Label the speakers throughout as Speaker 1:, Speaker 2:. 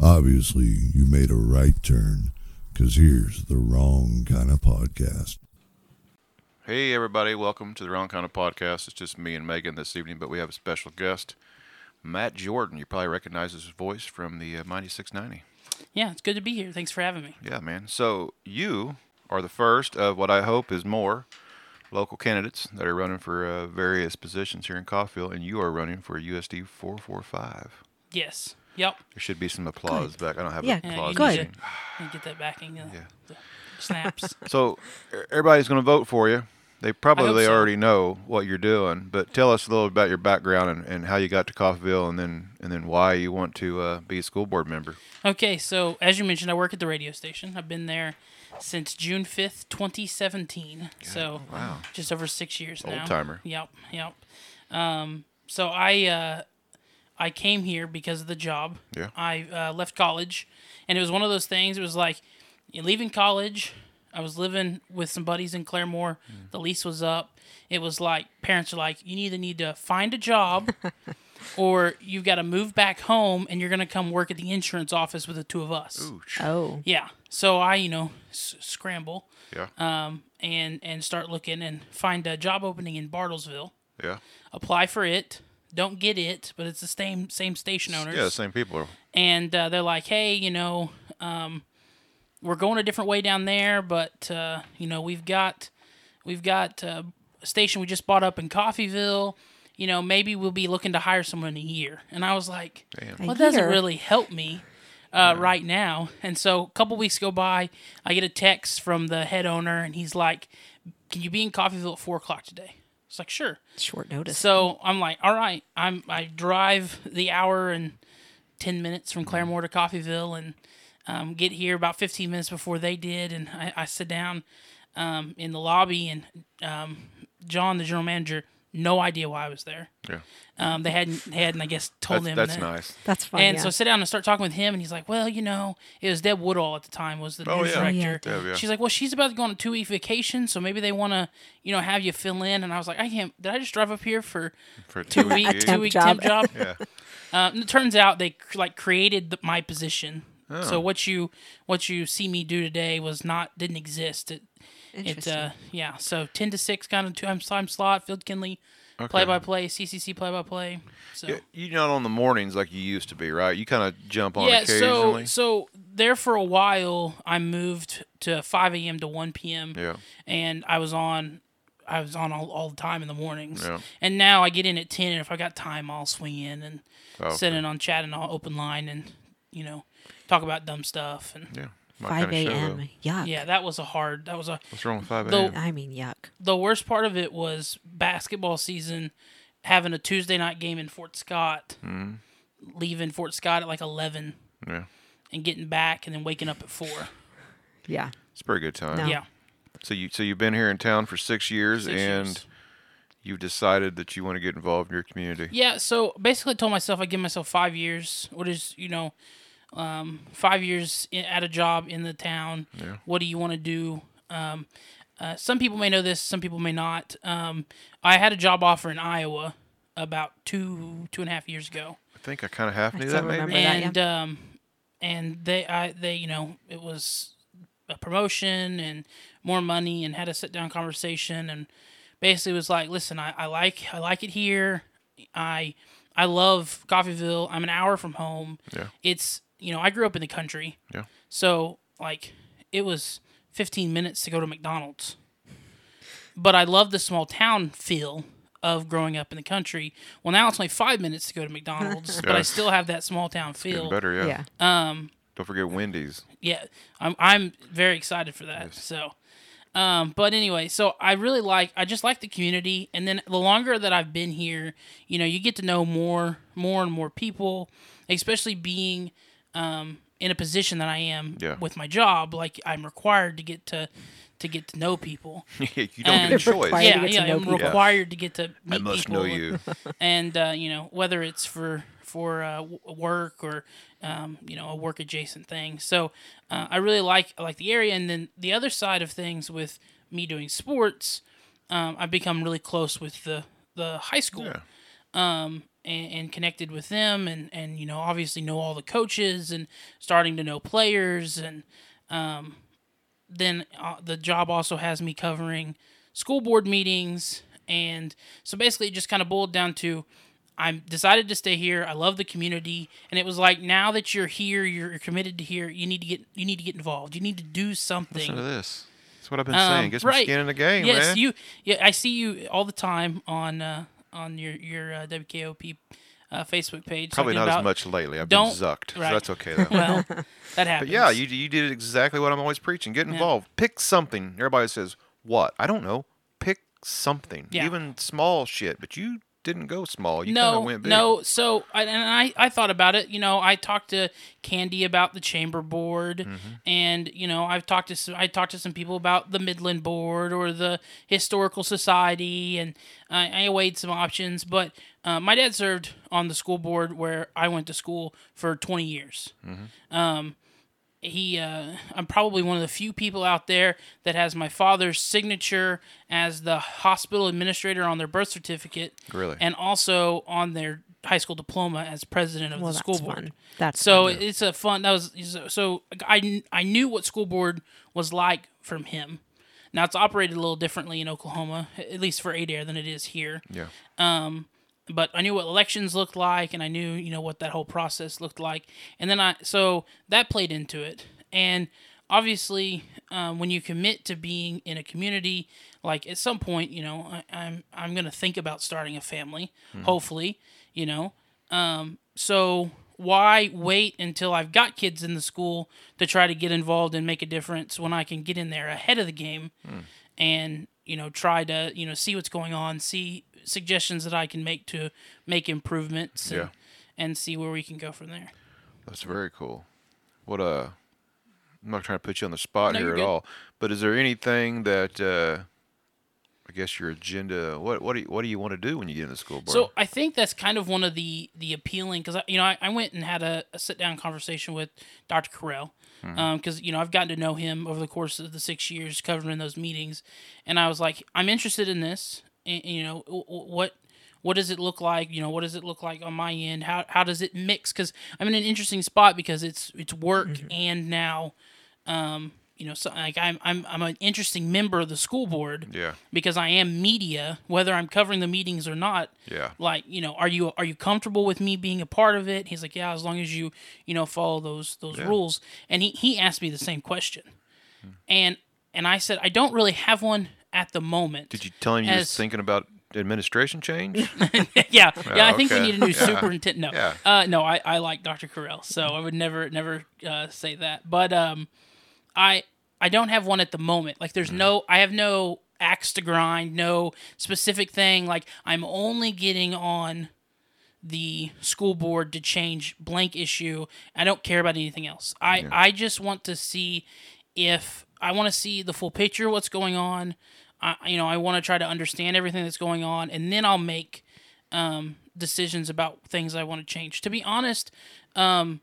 Speaker 1: obviously you made a right turn because here's the wrong kind of podcast.
Speaker 2: Hey, everybody, welcome to the Wrong Kind of Podcast. It's just me and Megan this evening, but we have a special guest, Matt Jordan. You probably recognize his voice from the uh, Mighty 690.
Speaker 3: Yeah, it's good to be here. Thanks for having me.
Speaker 2: Yeah, man. So you are the first of what I hope is more local candidates that are running for uh, various positions here in Coffeyville, and you are running for USD 445.
Speaker 3: Yes. Yep.
Speaker 2: There should be some applause back. I don't have
Speaker 4: Yeah,
Speaker 2: an
Speaker 3: Yeah,
Speaker 2: applause.
Speaker 3: you
Speaker 4: Good.
Speaker 3: Need
Speaker 2: machine.
Speaker 3: to, you need to get that backing. Uh, the snaps.
Speaker 2: So e- everybody's going to vote for you. They probably
Speaker 3: so.
Speaker 2: already know what you're doing, but tell us a little about your background and, and how you got to Coffeyville, and then and then why you want to uh, be a school board member.
Speaker 3: okay, so as you mentioned, I work at the radio station. I've been there since June 5th, 2017. so
Speaker 2: wow.
Speaker 3: just over six years
Speaker 2: Old
Speaker 3: now.
Speaker 2: timer.
Speaker 3: Yep. Yep. Um, so I, uh, I came here because of the job.
Speaker 2: Yeah.
Speaker 3: I uh, left college, and it was one of those things. It was like you leaving college. I was living with some buddies in Claremore. The lease was up. It was like parents are like, you either need to find a job, or you've got to move back home, and you're gonna come work at the insurance office with the two of us.
Speaker 4: Oh,
Speaker 3: Yeah. So I, you know, s- scramble
Speaker 2: Yeah,
Speaker 3: um, and and start looking and find a job opening in Bartlesville.
Speaker 2: yeah,
Speaker 3: Apply for it. Don't get it, but it's the same same station owners
Speaker 2: yeah. the Same people.
Speaker 3: and uh, they're like, "Hey, you know, um, we're going a different way down there, but uh, you know, we've got we've got uh, a station we just bought up in Coffeeville. You know, maybe we'll be looking to hire someone in a year." And I was like, "Well, that doesn't
Speaker 4: year?
Speaker 3: really help me." Uh, Right now, and so a couple weeks go by, I get a text from the head owner, and he's like, "Can you be in Coffeeville at four o'clock today?" It's like, "Sure."
Speaker 4: short notice.
Speaker 3: So I'm like, all right, I'm I drive the hour and ten minutes from Claremore to Coffeeville and um, get here about fifteen minutes before they did, and I, I sit down um, in the lobby and um, John, the general manager, no idea why I was there.
Speaker 2: Yeah,
Speaker 3: Um, they hadn't they hadn't I guess told
Speaker 2: that's,
Speaker 3: him
Speaker 2: that's
Speaker 3: that.
Speaker 2: nice.
Speaker 4: That's fine.
Speaker 3: And
Speaker 4: yeah.
Speaker 3: so I sit down and start talking with him, and he's like, "Well, you know, it was Deb Woodall at the time was the
Speaker 2: Oh,
Speaker 3: news
Speaker 2: yeah. Oh, yeah,
Speaker 3: director.
Speaker 2: Deb, yeah.
Speaker 3: She's like, well, she's about to go on a two week vacation, so maybe they want to, you know, have you fill in." And I was like, "I can't. Did I just drive up here for
Speaker 2: For two
Speaker 3: two week
Speaker 2: weeks.
Speaker 3: two
Speaker 4: temp
Speaker 3: week
Speaker 4: job.
Speaker 3: temp job?"
Speaker 2: Yeah,
Speaker 3: Uh, and it turns out they cr- like created the, my position. So what you what you see me do today was not didn't exist. It it
Speaker 4: Interesting.
Speaker 3: uh, yeah. So ten to six kind of time time slot. Field Kinley, play by play, CCC play by play. So.
Speaker 2: Y- you're not on the mornings like you used to be, right? You kind of jump on
Speaker 3: yeah, so
Speaker 2: occasionally.
Speaker 3: so there for a while, I moved to 5 a.m. to 1 p.m.
Speaker 2: Yeah.
Speaker 3: and I was on, I was on all, all the time in the mornings.
Speaker 2: Yeah.
Speaker 3: And now I get in at 10, and if I got time, I'll swing in and
Speaker 2: Oh,
Speaker 3: sit in on chat and all open line, and you know, talk about dumb stuff. And
Speaker 2: yeah, my
Speaker 4: Five
Speaker 2: kinda show, though.
Speaker 4: a.m. Yuck.
Speaker 3: yeah, that was a hard. That was a
Speaker 2: What's wrong with five
Speaker 3: Though-
Speaker 2: a.m.?
Speaker 4: I mean, yuck.
Speaker 3: the worst part of it was basketball season, having a Tuesday night game in Fort Scott,
Speaker 2: Mm-hmm.
Speaker 3: leaving Fort Scott at like 11
Speaker 2: Yeah,
Speaker 3: and getting back, and then waking up at four.
Speaker 4: Yeah.
Speaker 2: it's a pretty good time.
Speaker 4: No.
Speaker 3: Yeah.
Speaker 2: So you so you've been here in town for six years,
Speaker 3: Six
Speaker 2: and
Speaker 3: years.
Speaker 2: you've decided that you want to get involved in your community.
Speaker 3: Yeah, so basically, I told myself I give myself five years. What is you know, um, five years in, at a job in the town. What do you want to do? Um, uh, some people may know this, some people may not. Um, I had a job offer in Iowa about two two and a half years ago,
Speaker 2: I think I kind of half knew
Speaker 4: still
Speaker 2: that
Speaker 4: remember
Speaker 2: maybe.
Speaker 4: that. yeah.
Speaker 3: and um, and they I they you know it was a promotion and more money and had a sit down conversation and basically was like, listen, I, I like I like it here. I I love Coffeeville. I'm an hour from home.
Speaker 2: Yeah.
Speaker 3: It's you know, I grew up in the country.
Speaker 2: Yeah.
Speaker 3: So like it was fifteen minutes to go to McDonald's. But I love the small town feel of growing up in the country. Well now it's only five minutes to go to McDonald's, but
Speaker 2: Yeah.
Speaker 3: I still have that small town
Speaker 2: Getting
Speaker 3: feel.
Speaker 2: better, yeah.
Speaker 4: Yeah.
Speaker 3: Um,
Speaker 2: Don't forget Wendy's.
Speaker 3: Yeah, I'm I'm very excited for that. So, um, but anyway, so I really like I just like the community, and then the longer that I've been here, you know, you get to know more more and more people, especially being um, in a position that I am
Speaker 2: Yeah.
Speaker 3: with my job. Like I'm required to get to to get to know people.
Speaker 2: you don't get a
Speaker 3: And-
Speaker 2: choice.
Speaker 4: Required.
Speaker 3: yeah,
Speaker 4: to get to
Speaker 3: yeah,
Speaker 4: know
Speaker 3: I'm
Speaker 4: people.
Speaker 3: required to get to meet
Speaker 2: I must
Speaker 3: people
Speaker 2: know you.
Speaker 3: and uh, you know whether it's for for uh, w- work or um, you know a work adjacent thing. So uh, I really like I like the area, and then the other side of things with me doing sports, um, I've become really close with the the high school. Um, and, and connected with them and, and you know obviously know all the coaches and starting to know players and um, then uh, the job also has me covering school board meetings and so basically it just kind of boiled down to i decided to stay here i love the community and it was like now that you're here you're committed to here you need to get you need to get involved you need to do something
Speaker 2: Listen to this. That's what I've been
Speaker 3: um,
Speaker 2: saying. Get some skin in the game,
Speaker 3: yes,
Speaker 2: man.
Speaker 3: you. Yeah, I see you all the time on uh, on your your uh, WKOP uh, Facebook page.
Speaker 2: Probably
Speaker 3: talking
Speaker 2: not
Speaker 3: about,
Speaker 2: as much lately. I've
Speaker 3: don't-
Speaker 2: been zucked,
Speaker 3: right.
Speaker 2: so that's okay though.
Speaker 3: Well, that
Speaker 2: But
Speaker 3: happens.
Speaker 2: yeah, you you did exactly what I'm always preaching. Get involved. Pick something. Everybody says what? I don't know. Pick something.
Speaker 3: Yeah.
Speaker 2: Even small shit. But you didn't go small. You kind
Speaker 3: no,
Speaker 2: of went big.
Speaker 3: no. So I, and I, I thought about it. You know, I talked to Candy about the chamber board,
Speaker 2: Mm-hmm.
Speaker 3: and you know, I've talked to some, I talked to some people about the Midland board or the historical society, and I, I weighed some options. But uh, my dad served on the school board where I went to school for twenty years. he uh, i'm probably one of the few people out there that has my father's signature as the hospital administrator on their birth certificate
Speaker 2: Really?
Speaker 3: and also on their high school diploma as president of
Speaker 4: Well,
Speaker 3: the
Speaker 4: that's
Speaker 3: school board
Speaker 4: fun. That's
Speaker 3: so
Speaker 4: fun.
Speaker 3: it's a fun that was so I, kn- I knew what school board was like from him now it's operated a little differently in oklahoma at least for adair than it is here
Speaker 2: Yeah.
Speaker 3: but I knew what elections looked like, and I knew you know what that whole process looked like, and then I so that played into it, and obviously um, when you commit to being in a community, like at some point you know I, I'm I'm gonna think about starting a family, hopefully you know, um, so why wait until I've got kids in the school to try to get involved and make a difference when I can get in there ahead of the game and you know try to you know see what's going on see suggestions that i can make to make improvements and,
Speaker 2: Yeah.
Speaker 3: and see where we can go from there
Speaker 2: That's very cool. What uh I'm not trying to put you on the spot
Speaker 3: No,
Speaker 2: here
Speaker 3: you're
Speaker 2: at
Speaker 3: good.
Speaker 2: all. But is there anything that uh I guess your agenda what what do you, what do you want to do when you get into school board?
Speaker 3: so i think that's kind of one of the the appealing because you know I, I went and had a, a sit down conversation with dr carell because you know i've gotten to know him over the course of the six years covering those meetings and i was like i'm interested in this and, you know w- w- what what does it look like you know what does it look like on my end how, how does it mix because i'm in an interesting spot because it's it's work and now um, you know, so like I'm I'm I'm an interesting member of the school board.
Speaker 2: Yeah.
Speaker 3: Because I am media, whether I'm covering the meetings or not.
Speaker 2: Yeah.
Speaker 3: Like, you know, are you are you comfortable with me being a part of it? He's like, Yeah, as long as you, you know, follow those those rules. And he, he asked me the same question. And and I said, I don't really have one at the moment.
Speaker 2: Did you tell him you're
Speaker 3: As-
Speaker 2: just thinking about administration change?
Speaker 3: yeah, yeah. I think we
Speaker 2: okay.
Speaker 3: need a new
Speaker 2: Yeah.
Speaker 3: superintendent. No,
Speaker 2: Yeah.
Speaker 3: uh, no. I, I like Dr. Carell, so I would never never uh, say that. But um, I I don't have one at the moment. Like,
Speaker 2: Mm.
Speaker 3: there's no. I have no axe to grind. No specific thing. Like, I'm only getting on the school board to change blank issue. I don't care about anything else. I I just want to see if I want to see the full picture, what's going on. I you know I want to try to understand everything that's going on, and then I'll make um, decisions about things I want to change. To be honest, um,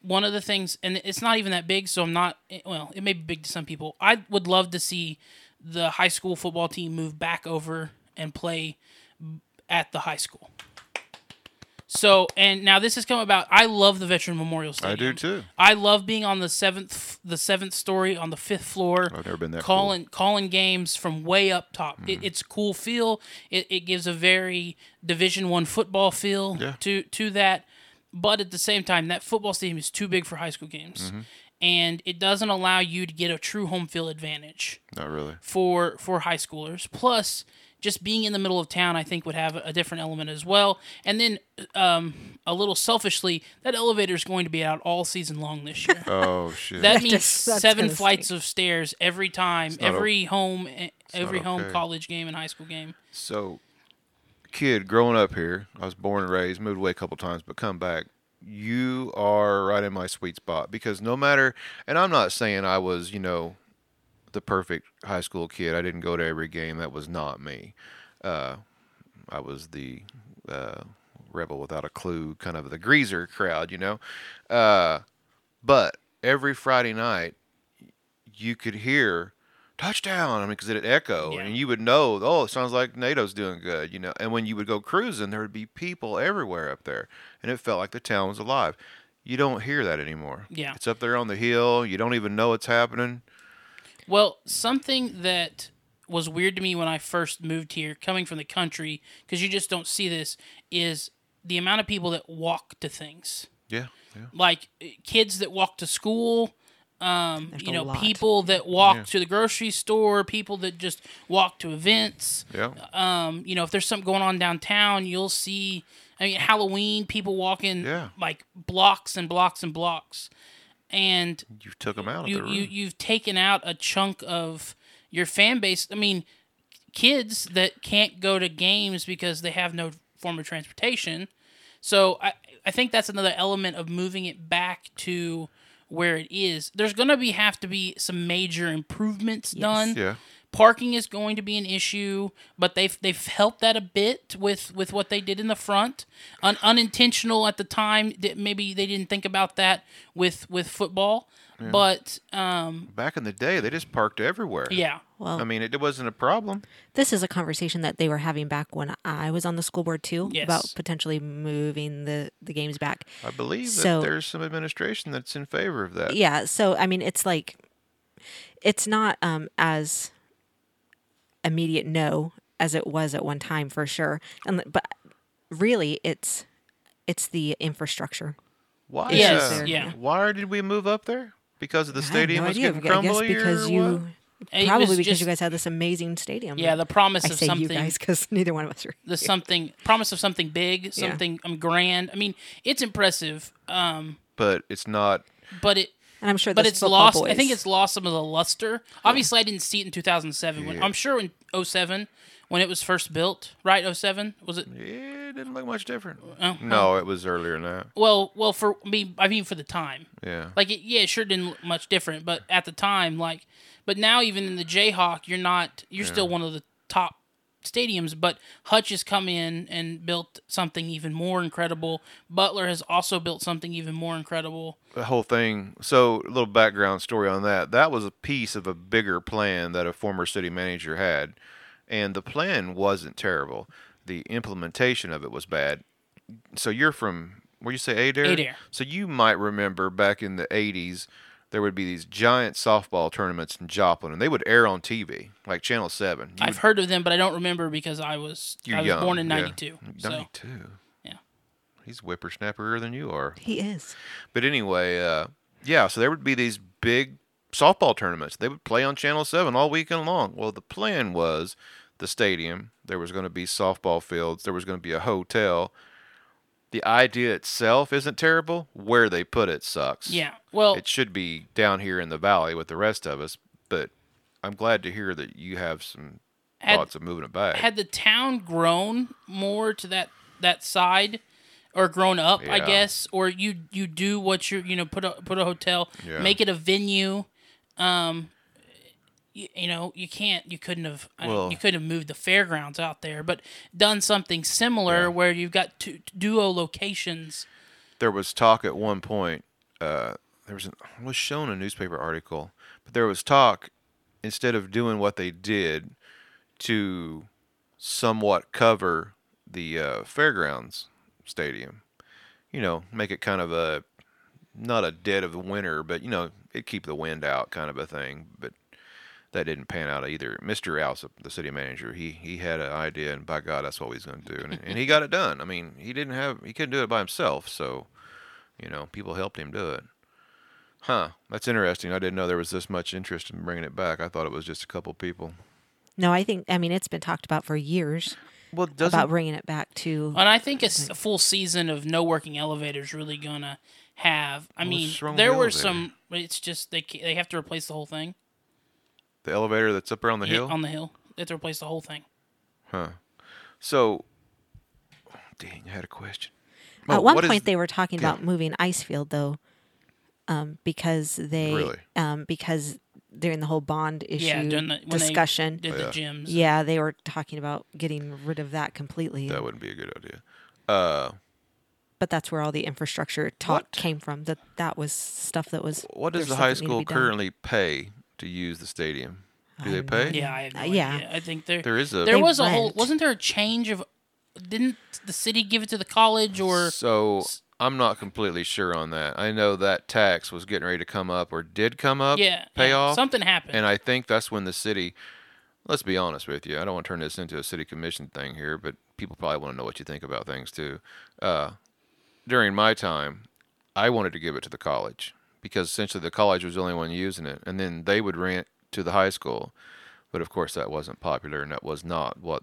Speaker 3: one of the things, and it's not even that big, so I'm not. it- Well, it may be big to some people. I would love to see the high school football team move back over and play at the high school. So, and now this has come about. I love the Veteran Memorial Stadium.
Speaker 2: do too.
Speaker 3: I love being on the seventh, the seventh story on the fifth floor.
Speaker 2: I've never been that cool. Mm-hmm.
Speaker 3: calling calling games from way up top. It, it's a cool feel. It, it gives a very Division One football feel
Speaker 2: Yeah.
Speaker 3: to to that. But at the same time, that football stadium is too big for high school games,
Speaker 2: Mm-hmm.
Speaker 3: and it doesn't allow you to get a true home field advantage
Speaker 2: Not really.
Speaker 3: for for high schoolers. Plus, just being in the middle of town, I think would have a different element as well. And then, um, a little selfishly, that elevator is going to be out all season long this year.
Speaker 2: Oh shit.
Speaker 3: That means
Speaker 4: just- that's
Speaker 3: seven
Speaker 4: gonna
Speaker 3: flights of stairs every time,
Speaker 2: not o-
Speaker 3: every home, eh, every
Speaker 2: not
Speaker 3: home
Speaker 2: okay.
Speaker 3: college game and high school game.
Speaker 2: So, kid, growing up here, I was born and raised, moved away a couple times, but come back. You are right in my sweet spot because no matter, and I'm not saying I was, you know, the perfect high school kid. I didn't go to every game. That was not me. Uh, I was the uh, rebel without a clue, kind of the greaser crowd, you know. Uh, but every Friday night, you could hear touchdown. I mean, because it'd echo,
Speaker 3: Yeah.
Speaker 2: and you would know, oh, it sounds like NATO's doing good, you know. And when you would go cruising, there would be people everywhere up there, and it felt like the town was alive. You don't hear that anymore.
Speaker 3: Yeah.
Speaker 2: it's up there on the hill. You don't even know it's happening.
Speaker 3: Well, something that was weird to me when I first moved here, coming from the country, because you just don't see this, is the amount of people that walk to things.
Speaker 2: Yeah, yeah.
Speaker 3: Like eh, kids that walk to school, um,
Speaker 4: There's
Speaker 3: you
Speaker 4: a
Speaker 3: know,
Speaker 4: lot.
Speaker 3: people that walk to the grocery store, people that just walk to events.
Speaker 2: Yeah,
Speaker 3: Um, you know, if there's something going on downtown, you'll see. I mean, Halloween people walking
Speaker 2: Yeah.
Speaker 3: like blocks and blocks and blocks, and
Speaker 2: you took them out of the
Speaker 3: you,
Speaker 2: room.
Speaker 3: you you've taken out a chunk of your fan base. I mean, kids that can't go to games because they have no form of transportation. So I I think that's another element of moving it back to where it is. There's going to be have to be some major improvements done.
Speaker 2: yeah,
Speaker 3: Parking is going to be an issue, but they've they've helped that a bit with with what they did in the front. Un- unintentional at the time, that maybe they didn't think about that with with football, but um,
Speaker 2: back in the day, they just parked everywhere.
Speaker 3: yeah,
Speaker 4: Well,
Speaker 2: I mean, it, it wasn't a problem.
Speaker 4: this is a conversation that they were having back when I was on the school board too
Speaker 3: Yes.
Speaker 4: about potentially moving the the games back.
Speaker 2: I believe
Speaker 4: So-
Speaker 2: that there's some administration that's in favor of that.
Speaker 4: Yeah, so I mean it's like it's not um as immediate no as it was at one time for sure. And but really it's it's the infrastructure.
Speaker 2: Why?
Speaker 3: Yes,
Speaker 2: uh,
Speaker 3: yeah.
Speaker 2: Why did we move up there? Because of the
Speaker 4: I have
Speaker 2: stadium
Speaker 4: no
Speaker 2: was
Speaker 4: idea.
Speaker 2: getting
Speaker 4: I guess
Speaker 2: crumbly,
Speaker 4: because
Speaker 2: or what?
Speaker 4: you
Speaker 3: It
Speaker 4: probably
Speaker 3: was
Speaker 4: because
Speaker 3: just-
Speaker 4: you guys had this amazing stadium.
Speaker 3: yeah, the promise
Speaker 4: I
Speaker 3: of
Speaker 4: say
Speaker 3: something,
Speaker 4: you guys because neither one of us are.
Speaker 3: the something promise of something big, something um, grand. I mean, it's impressive, um,
Speaker 2: but it's not.
Speaker 3: but it
Speaker 4: And I'm sure,
Speaker 3: but
Speaker 4: those
Speaker 3: it's
Speaker 4: football
Speaker 3: lost. I
Speaker 4: boys-
Speaker 3: think it's lost some of the luster. Obviously, I didn't see it in 2007. When, I'm sure in 07 when it was first built, right? 07 was it?
Speaker 2: It didn't look much different.
Speaker 3: Oh,
Speaker 2: no, it was earlier than that.
Speaker 3: Well, well, for me, I mean for the time.
Speaker 2: Yeah.
Speaker 3: Like, it, yeah, it sure didn't look much different, but at the time, like, but now even in the Jayhawk, you're not, you're still one of the top stadiums. But Hutch has come in and built something even more incredible. Butler has also built something even more incredible.
Speaker 2: the whole thing. So, a little background story on that. That was a piece of a bigger plan that a former city manager had, and the plan wasn't terrible. The implementation of it was bad. So, you're from where you say Adair?
Speaker 3: Adair.
Speaker 2: So, you might remember back in the 80s, there would be these giant softball tournaments in Joplin, and they would air on TV, like Channel 7. You
Speaker 3: I've heard of them, but I don't remember because I was
Speaker 2: You're
Speaker 3: I was
Speaker 2: young,
Speaker 3: born in
Speaker 2: yeah.
Speaker 3: '92. So
Speaker 2: 92.
Speaker 3: Yeah.
Speaker 2: He's whippersnapperier than you are.
Speaker 4: he is.
Speaker 2: But anyway, uh, yeah, so there would be these big softball tournaments. They would play on Channel 7 all weekend long. Well, the plan was the stadium, there was going to be softball fields, there was going to be a hotel. The idea itself isn't terrible. Where they put it sucks.
Speaker 3: yeah, well,
Speaker 2: It should be down here in the valley with the rest of us, but I'm glad to hear that you have some
Speaker 3: Had-
Speaker 2: thoughts of moving it back.
Speaker 3: had the town grown more to that that side or grown up i
Speaker 2: Yeah.
Speaker 3: guess or you you do what you you know put a put a hotel
Speaker 2: Yeah.
Speaker 3: make it a venue um you, you know you can't you couldn't have I don't-
Speaker 2: Well-
Speaker 3: you couldn't have moved the fairgrounds out there but done something similar where you've got two duo locations
Speaker 2: there was talk at one point. Uh, there was an, I was shown a newspaper article, but there was talk instead of doing what they did to somewhat cover the uh, fairgrounds stadium. You know, make it kind of a not a dead of winter, but you know, it keep the wind out kind of a thing. But that didn't pan out either. Mr. Alsop, the city manager, he he had an idea, and by God, that's what he was going to do, and, and he got it done. I mean, he didn't have he couldn't do it by himself, so you know, people helped him do it. Huh? That's interesting. I didn't know there was this much interest in bringing it back. I thought it was just a couple people.
Speaker 4: No, I think I mean it's been talked about for years
Speaker 2: Well, doesn't
Speaker 4: about bringing it back to
Speaker 3: and i think a, s- a full season of no working elevators really gonna have i mean
Speaker 2: wrong with
Speaker 3: there
Speaker 2: the
Speaker 3: were
Speaker 2: elevator?
Speaker 3: some it's just they ca- they have to replace the whole thing
Speaker 2: the elevator that's up around the
Speaker 3: Yeah, um,
Speaker 2: hill?
Speaker 3: on the hill they have to replace the whole thing
Speaker 2: so, dang, I had a question. Oh,
Speaker 4: At one
Speaker 2: what is-
Speaker 4: point, they were talking about moving Icefield though, um, because they
Speaker 2: Really?
Speaker 4: um, because during the whole bond issue
Speaker 3: yeah, during the, when they
Speaker 4: discussion,
Speaker 2: Oh,
Speaker 3: did the gyms.
Speaker 4: yeah, they were talking about getting rid of that completely.
Speaker 2: that wouldn't be a good idea. Uh,
Speaker 4: but that's where all the infrastructure talk came from. That that was stuff that was.
Speaker 2: what does
Speaker 4: there's
Speaker 2: the
Speaker 4: stuff
Speaker 2: high
Speaker 4: that needed to
Speaker 2: school
Speaker 4: be done.
Speaker 2: currently pay to use the stadium? Do they pay?
Speaker 3: Yeah, I have no
Speaker 4: Uh, yeah.
Speaker 3: idea. I think there
Speaker 2: There is a
Speaker 3: there
Speaker 4: They
Speaker 3: was a whole
Speaker 4: went.
Speaker 3: wasn't there a change of didn't the city give it to the college or
Speaker 2: So I'm not completely sure on that. I know that tax was getting ready to come up or did come up.
Speaker 3: yeah
Speaker 2: Pay
Speaker 3: yeah,
Speaker 2: off.
Speaker 3: something happened
Speaker 2: And I think that's when the city. Let's be honest with you. I don't want to turn this into a city commission thing here, but people probably want to know what you think about things too. Uh, during my time, I wanted to give it to the college because essentially the college was the only one using it, and then they would rent to the high school. But of course, that wasn't popular, and that was not what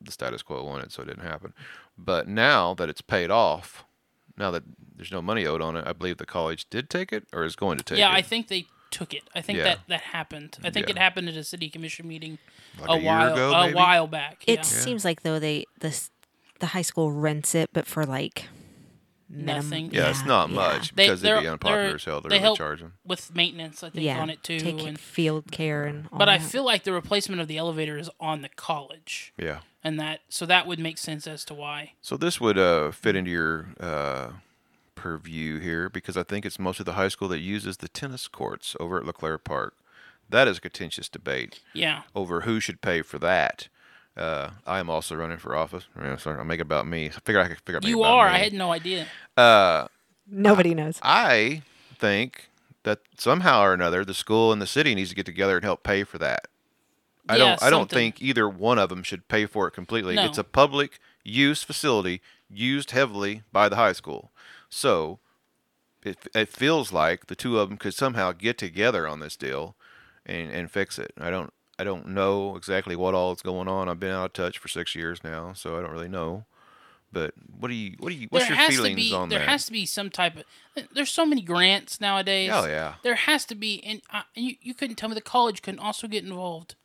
Speaker 2: the status quo wanted, so it didn't happen. But now that it's paid off, now that there's no money owed on it, I believe the college did take it or is going to take
Speaker 3: yeah
Speaker 2: it.
Speaker 3: I think they took it I think
Speaker 2: Yeah.
Speaker 3: that that happened I think
Speaker 2: Yeah.
Speaker 3: it happened at a city commission meeting
Speaker 2: Like
Speaker 3: a,
Speaker 2: a year
Speaker 3: while
Speaker 2: ago,
Speaker 3: a
Speaker 2: maybe?
Speaker 3: while back
Speaker 4: It
Speaker 3: yeah.
Speaker 4: seems like though they the s- the high school rents it, but for like minim-
Speaker 3: Nothing.
Speaker 2: Yeah, it's not
Speaker 4: yeah.
Speaker 2: much
Speaker 3: They-
Speaker 2: because
Speaker 3: they're-
Speaker 2: it'd be unpopular
Speaker 3: they're-
Speaker 2: as hell to
Speaker 3: they
Speaker 2: really
Speaker 3: help-
Speaker 2: charge them.
Speaker 3: with maintenance I think
Speaker 4: Yeah,
Speaker 3: on it too
Speaker 4: Take
Speaker 3: and,
Speaker 4: field care and. All
Speaker 3: but I
Speaker 4: that.
Speaker 3: feel like the replacement of the elevator is on the college
Speaker 2: Yeah.
Speaker 3: and that so that would make sense as to why
Speaker 2: So this would uh, fit into your uh, purview here because I think it's most of the high school that uses the tennis courts over at LeClaire Park. That is a contentious debate
Speaker 3: yeah
Speaker 2: over who should pay for that. Uh, I am also running for office. Yeah, sorry, I'll make it about me. I figure I could figure out.
Speaker 3: you are I had no idea
Speaker 2: Uh,
Speaker 4: nobody knows.
Speaker 2: I think that somehow or another, the school and the city needs to get together and help pay for that. I
Speaker 3: Yeah,
Speaker 2: don't. I don't
Speaker 3: something.
Speaker 2: think either one of them should pay for it completely. It's
Speaker 3: No.
Speaker 2: a public use facility used heavily by the high school, so it, it feels like the two of them could somehow get together on this deal and and fix it. I don't. I don't know exactly what all is going on. I've been out of touch for six years now, so I don't really know. But what do you? What do you? What's
Speaker 3: there
Speaker 2: your
Speaker 3: has
Speaker 2: feelings
Speaker 3: to be,
Speaker 2: on
Speaker 3: there
Speaker 2: that?
Speaker 3: has to be some type of. There's so many grants nowadays.
Speaker 2: Oh, yeah.
Speaker 3: There has to be, and, I, and you, you couldn't tell me the college couldn't also get involved.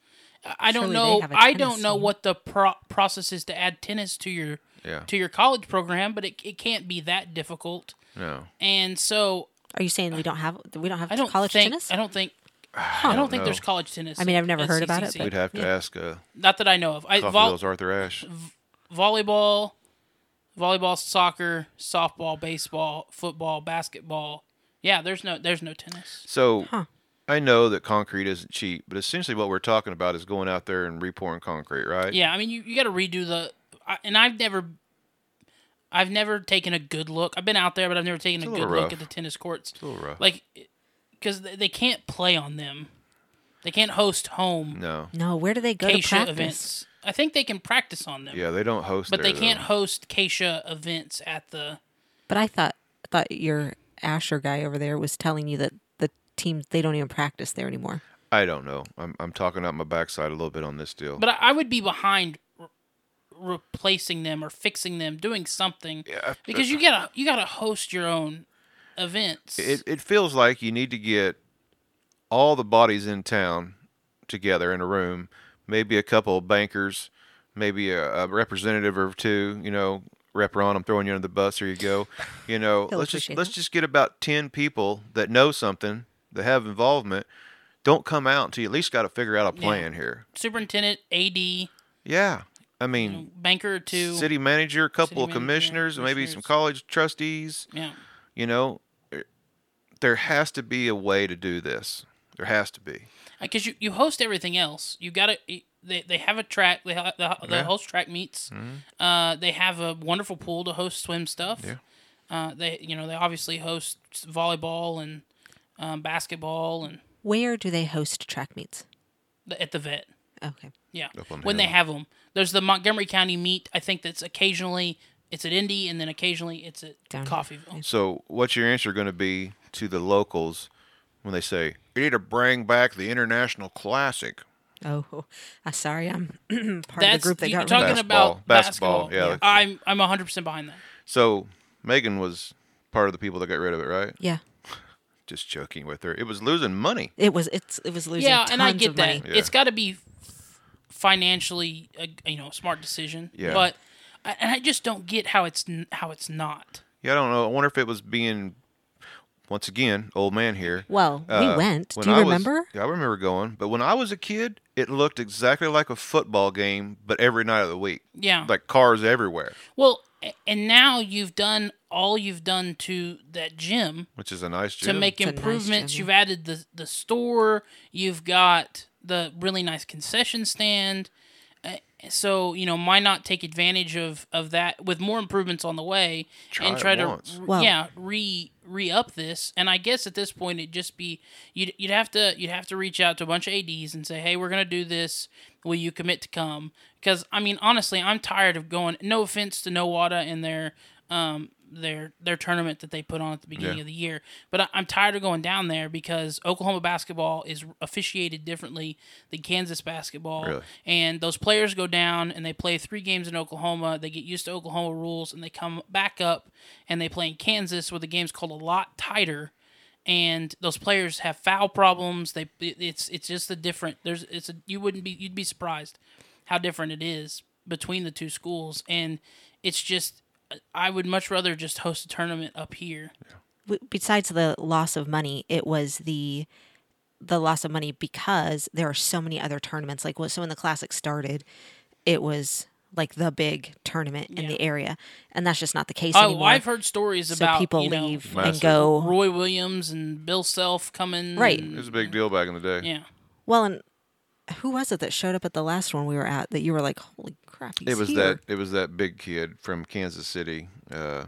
Speaker 3: I- I don't
Speaker 4: Surely they
Speaker 3: know.
Speaker 4: have a
Speaker 3: I don't
Speaker 4: tennis
Speaker 3: know
Speaker 4: team.
Speaker 3: what the pro- process is to add tennis to your
Speaker 2: Yeah.
Speaker 3: to your college program, but it, it can't be that difficult.
Speaker 2: no.
Speaker 3: And so
Speaker 4: Are you saying we don't have we don't have
Speaker 3: I don't
Speaker 4: college
Speaker 3: think
Speaker 4: tennis?
Speaker 3: I don't think I don't think
Speaker 2: know.
Speaker 3: there's college tennis.
Speaker 4: I mean,
Speaker 3: at-
Speaker 4: I've never
Speaker 3: at
Speaker 4: heard about it,
Speaker 3: CCC.
Speaker 4: but-
Speaker 2: We'd have to ask uh,
Speaker 3: Not that I know of. I,
Speaker 2: Coffee
Speaker 3: vol-
Speaker 2: Bill's Arthur Ashe.
Speaker 3: volleyball, volleyball, soccer, softball, baseball, football, basketball. Yeah, there's no there's no tennis.
Speaker 2: So I know that concrete isn't cheap, but essentially what we're talking about is going out there and repouring concrete, right?
Speaker 3: Yeah, I mean you, you got to redo the I, and I've never I've never taken a good look. I've been out there, but I've never taken a,
Speaker 2: a
Speaker 3: good
Speaker 2: little rough.
Speaker 3: look at the tennis courts.
Speaker 2: a little rough.
Speaker 3: Like cuz they can't play on them. They can't host home
Speaker 2: No.
Speaker 4: no, where do they go to
Speaker 3: Keisha
Speaker 4: practice?
Speaker 3: events. I think they can practice on them.
Speaker 2: Yeah, they don't host.
Speaker 3: But
Speaker 2: there,
Speaker 3: they can't
Speaker 2: though.
Speaker 3: host Keisha events at the
Speaker 4: But I thought I thought your Asher guy over there was telling you that the teams they don't even practice there anymore.
Speaker 2: I don't know. I'm I'm talking out my backside a little bit on this deal.
Speaker 3: But I, I would be behind re- replacing them or fixing them, doing something.
Speaker 2: Yeah,
Speaker 3: because you gotta you gotta host your own events.
Speaker 2: it it feels like you need to get all the bodies in town together in a room, maybe a couple of bankers, maybe a, a representative or two, you know, rep Ron, I'm throwing you under the bus, here you go. You know,
Speaker 4: He'll
Speaker 2: let's just
Speaker 4: appreciate
Speaker 2: let's
Speaker 4: that.
Speaker 2: just get about ten people that know something, that have involvement. Don't come out until you at least gotta figure out a plan here.
Speaker 3: Superintendent, AD,
Speaker 2: Yeah. I mean
Speaker 3: banker or two.
Speaker 2: Mm. city manager, a couple of
Speaker 3: manager,
Speaker 2: commissioners, maybe some
Speaker 3: commissioners.
Speaker 2: college trustees
Speaker 3: Yeah.
Speaker 2: you know er, there has to be a way to do this there has to be
Speaker 3: because you, you host everything else. You got to they, they have a track. They ha- the, the
Speaker 2: Yeah. Mm-hmm.
Speaker 3: host track meets. Uh, they have a wonderful pool to host swim stuff.
Speaker 2: Yeah.
Speaker 3: Uh, they you know they obviously host volleyball and um, basketball and
Speaker 4: Where do they host track meets?
Speaker 3: the, at the vet.
Speaker 4: Okay.
Speaker 3: Yeah.
Speaker 2: Up on the
Speaker 3: When they
Speaker 2: hill.
Speaker 3: have them, there's the Montgomery County meet. I think that's occasionally it's at Indy, and then occasionally it's at
Speaker 4: Down-
Speaker 3: Coffeeville.
Speaker 2: so what's your answer going to be to the locals when they say you need to bring back the international classic
Speaker 4: Oh, I'm sorry. I'm part of
Speaker 3: That's
Speaker 4: the group that
Speaker 3: you- you're
Speaker 4: got
Speaker 3: talking
Speaker 4: rid of.
Speaker 3: about
Speaker 2: Basketball. Basketball,
Speaker 3: basketball.
Speaker 2: yeah.
Speaker 3: I'm I'm 100 percent behind that.
Speaker 2: so megan was part of the people that got rid of it right
Speaker 4: Yeah,
Speaker 2: just joking with her it was losing money
Speaker 4: it was. It's it was losing.
Speaker 3: yeah, and I
Speaker 4: tons
Speaker 3: get
Speaker 4: of
Speaker 3: that.
Speaker 4: money.
Speaker 2: Yeah.
Speaker 3: It's got to be f- financially, a, you know, a smart decision.
Speaker 2: Yeah.
Speaker 3: But I- and I just don't get how it's n- how it's not.
Speaker 2: yeah i don't know i wonder if it was being once again old man here
Speaker 4: Well,
Speaker 2: Uh,
Speaker 4: we went.
Speaker 2: when
Speaker 4: Do you
Speaker 2: I was-
Speaker 4: remember?
Speaker 2: yeah, I remember going. But when I was a kid, it looked exactly like a football game, but every night of the week.
Speaker 3: Yeah.
Speaker 2: Like cars everywhere,
Speaker 3: Well, a- and now you've done all you've done to that gym
Speaker 2: which is a nice
Speaker 3: to
Speaker 2: gym.
Speaker 3: make
Speaker 4: It's a nice
Speaker 3: improvements.
Speaker 4: gym, yeah.
Speaker 3: you've added the the store. You've got the really nice concession stand. Uh, So you know, why not take advantage of of that with more improvements on the way
Speaker 2: Try
Speaker 3: and
Speaker 2: it
Speaker 3: try to
Speaker 2: once.
Speaker 3: r-
Speaker 4: Well-
Speaker 3: yeah re re up this? And I guess at this point it'd just be you'd you'd have to you'd have to reach out to a bunch of ads and say, hey, we're gonna do this. Will you commit to come? Because I mean, honestly, I'm tired of going. No offense to Nowata and their um their their tournament that they put on at the beginning
Speaker 2: Yeah.
Speaker 3: of the year. But I, I'm tired of going down there because Oklahoma basketball is officiated differently than Kansas basketball,
Speaker 2: Really?
Speaker 3: and those players go down and they play three games in Oklahoma. They get used to Oklahoma rules and they come back up and they play in Kansas where the game's called a lot tighter. And those players have foul problems. They it's it's just a different. There's it's a you wouldn't be you'd be surprised how different it is between the two schools and it's just i would much rather just host a tournament up here
Speaker 4: w- besides the loss of money, it was the the loss of money because there are so many other tournaments. Like well, so when the classic started, it was like the big tournament in the area, and that's just not the case
Speaker 3: oh
Speaker 4: anymore.
Speaker 3: i've heard stories
Speaker 4: so
Speaker 3: about
Speaker 4: people
Speaker 3: you know,
Speaker 4: leave and
Speaker 2: Massive.
Speaker 4: go
Speaker 3: roy williams and bill self coming
Speaker 4: Right.
Speaker 2: It
Speaker 3: and-
Speaker 2: was a big deal back in the day.
Speaker 3: yeah
Speaker 4: well. And who was it that showed up at the last one we were at that you were like, holy crap, he's
Speaker 2: It was
Speaker 4: here."
Speaker 2: that. It was that big kid from Kansas City. Uh,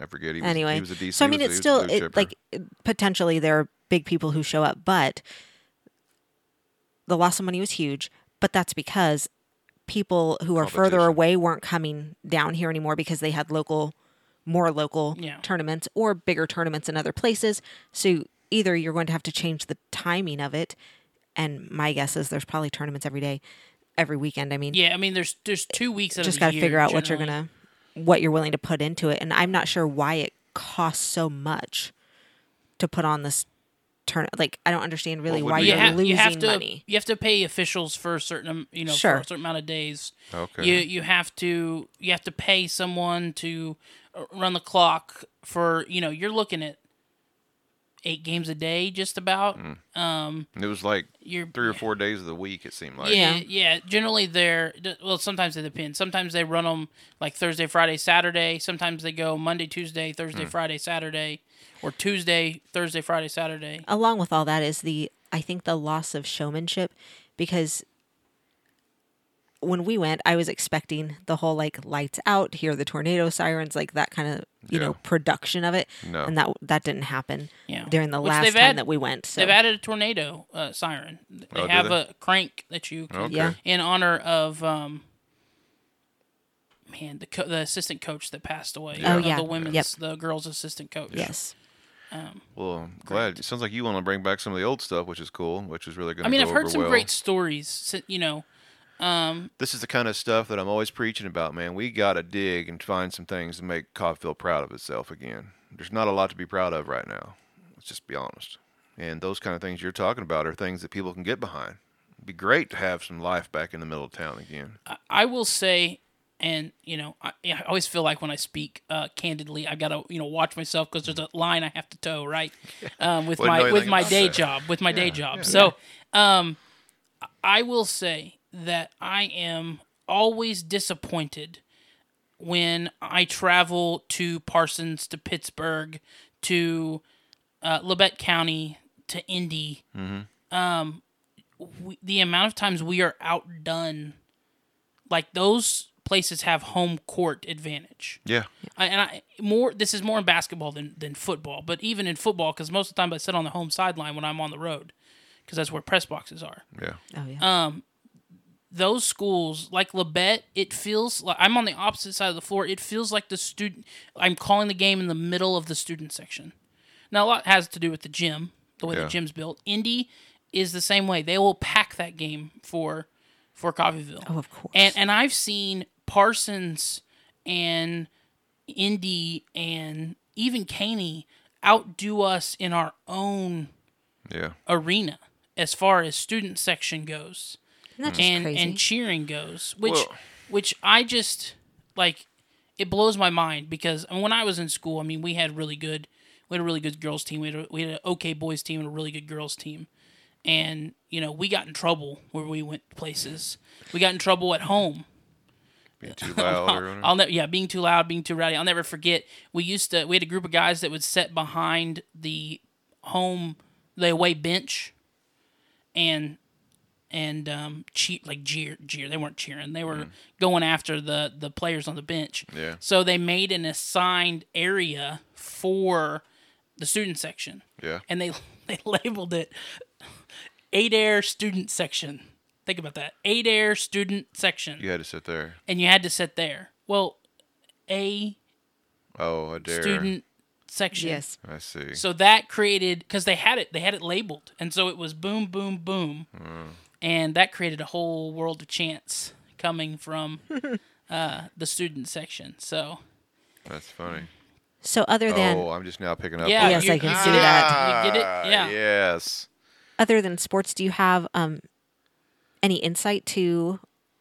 Speaker 2: I forget. He was,
Speaker 4: anyway.
Speaker 2: he was a DC.
Speaker 4: so I
Speaker 2: he
Speaker 4: mean,
Speaker 2: was a-
Speaker 4: it's
Speaker 2: he was a
Speaker 4: still
Speaker 2: blue
Speaker 4: it,
Speaker 2: chipper.
Speaker 4: like it- potentially there are big people who show up, but the loss of money was huge. But that's because people who are further
Speaker 2: Competition.
Speaker 4: away weren't coming down here anymore because they had local, more local
Speaker 3: Yeah.
Speaker 4: tournaments or bigger tournaments in other places. So either you're going to have to change the timing of it, and my guess is there's probably tournaments every day, every weekend. I mean,
Speaker 3: yeah i mean there's there's two weeks out
Speaker 4: just
Speaker 3: got
Speaker 4: to figure out what you're gonna what you're willing to put into it and i'm not sure why it costs so much to put on this turn like i don't understand really
Speaker 2: What would
Speaker 4: why
Speaker 2: be-
Speaker 3: you
Speaker 4: you're
Speaker 2: Yeah,
Speaker 3: have,
Speaker 4: losing
Speaker 3: you have to
Speaker 4: money
Speaker 3: you have to pay officials for a certain am- you know
Speaker 4: Sure.
Speaker 3: for a certain amount of days.
Speaker 2: Okay.
Speaker 3: You you have to you have to pay someone to uh, run the clock for you know you're looking at eight games a day just about. Um,
Speaker 2: And it was like
Speaker 3: you're
Speaker 2: Mm. three or four days of the week. It seemed like.
Speaker 3: yeah, yeah. Generally, they're d- well. Sometimes they depend. Sometimes they run them like Thursday, Friday, Saturday. Sometimes they go Monday, Tuesday, Thursday,
Speaker 2: Mm.
Speaker 3: Friday, Saturday, or Tuesday, Thursday, Friday, Saturday.
Speaker 4: along with all that is the i think the loss of showmanship because when we went i was expecting the whole like lights out hear the tornado sirens like that kind of you
Speaker 2: Yeah.
Speaker 4: know production of it
Speaker 2: No.
Speaker 4: and that that didn't happen
Speaker 3: Yeah.
Speaker 4: during the
Speaker 3: Which
Speaker 4: last
Speaker 3: they've
Speaker 4: time
Speaker 3: had-
Speaker 4: that we went so
Speaker 3: They've added a tornado uh, siren. They
Speaker 2: Oh, do
Speaker 3: have
Speaker 2: they? Oh.
Speaker 3: a crank that you can,
Speaker 2: Okay.
Speaker 4: Yeah.
Speaker 3: in honor of um, man the co- the assistant coach that passed away.
Speaker 4: Oh,
Speaker 3: of
Speaker 4: yeah.
Speaker 3: the women's
Speaker 4: Yep.
Speaker 3: the girls assistant coach.
Speaker 4: yes
Speaker 2: Well, I'm glad. It sounds like you want to bring back some of the old stuff, which is cool, which is really good.
Speaker 3: I mean,
Speaker 2: go
Speaker 3: I've heard
Speaker 2: over
Speaker 3: some
Speaker 2: well.
Speaker 3: great stories. si- You know,
Speaker 2: This is the kind of stuff that I'm always preaching about, man. We gotta dig and find some things to make Cobb feel proud of itself again. There's not a lot to be proud of right now. Let's just be honest. And those kind of things you're talking about are things that people can get behind. It'd be great to have some life back in the middle of town again.
Speaker 3: I- I will say, and you know, I, I always feel like when I speak uh, candidly, I've got to you know watch myself because there's a line I have to toe, right? Um, with
Speaker 2: Wouldn't know
Speaker 3: my with
Speaker 2: anything
Speaker 3: my
Speaker 2: about
Speaker 3: day
Speaker 2: that.
Speaker 3: job, with my day job. So, um, I will say that I am always disappointed when I travel to Parsons, to Pittsburgh, to uh, Labette County, to Indy.
Speaker 2: Mm-hmm.
Speaker 3: Um, we, the amount of times we are outdone like those places have home court advantage.
Speaker 2: Yeah.
Speaker 3: I, and I more this is more in basketball than than football, but even in football because most of the time I sit on the home sideline when I'm on the road because that's where press boxes are.
Speaker 2: Yeah.
Speaker 4: oh yeah
Speaker 3: Um, Those schools like Labette, it feels like I'm on the opposite side of the floor. It feels like the student I'm calling the game in the middle of the student section. Now a lot has to do with the gym, the way
Speaker 2: Yeah.
Speaker 3: the gym's built. Indy is the same way. They will pack that game for for Coffeeville.
Speaker 4: Oh, of course.
Speaker 3: And and I've seen Parsons and Indy and even Caney outdo us in our own
Speaker 2: Yeah.
Speaker 3: arena as far as student section goes
Speaker 4: Isn't that just
Speaker 3: and
Speaker 4: crazy?
Speaker 3: and cheering goes, which
Speaker 2: Well-
Speaker 3: which I just like it blows my mind because I mean, when I was in school, I mean we had really good we had a really good girls team, we had a, we had an okay boys team and a really good girls team, and you know we got in trouble where we went places. We got in trouble at home.
Speaker 2: Being too loud or
Speaker 3: I'll never yeah being too loud, being too rowdy. I'll never forget. We used to we had a group of guys that would sit behind the home the away bench, and and um, cheer like jeer jeer. They weren't cheering. They were going after the the players on the bench.
Speaker 2: Yeah.
Speaker 3: So they made an assigned area for the student section.
Speaker 2: Yeah.
Speaker 3: And they they labeled it Adair student section. Think about that. Adair student section.
Speaker 2: You had to sit there.
Speaker 3: And you had to sit there. Well, a
Speaker 2: Oh, I dare.
Speaker 3: student section.
Speaker 4: Yes.
Speaker 2: I see.
Speaker 3: So that created because they had it, they had it labeled, and so it was boom, boom, boom, and that created a whole world of chance coming from uh, the student section. So
Speaker 2: That's funny.
Speaker 4: So other than
Speaker 2: oh, I'm just now picking up.
Speaker 3: Yeah,
Speaker 2: on
Speaker 3: Yes,
Speaker 2: it.
Speaker 3: I can
Speaker 4: see that.
Speaker 3: You get it?
Speaker 2: Ah,
Speaker 3: Yeah.
Speaker 2: Yes.
Speaker 4: other than sports, do you have um, any insight to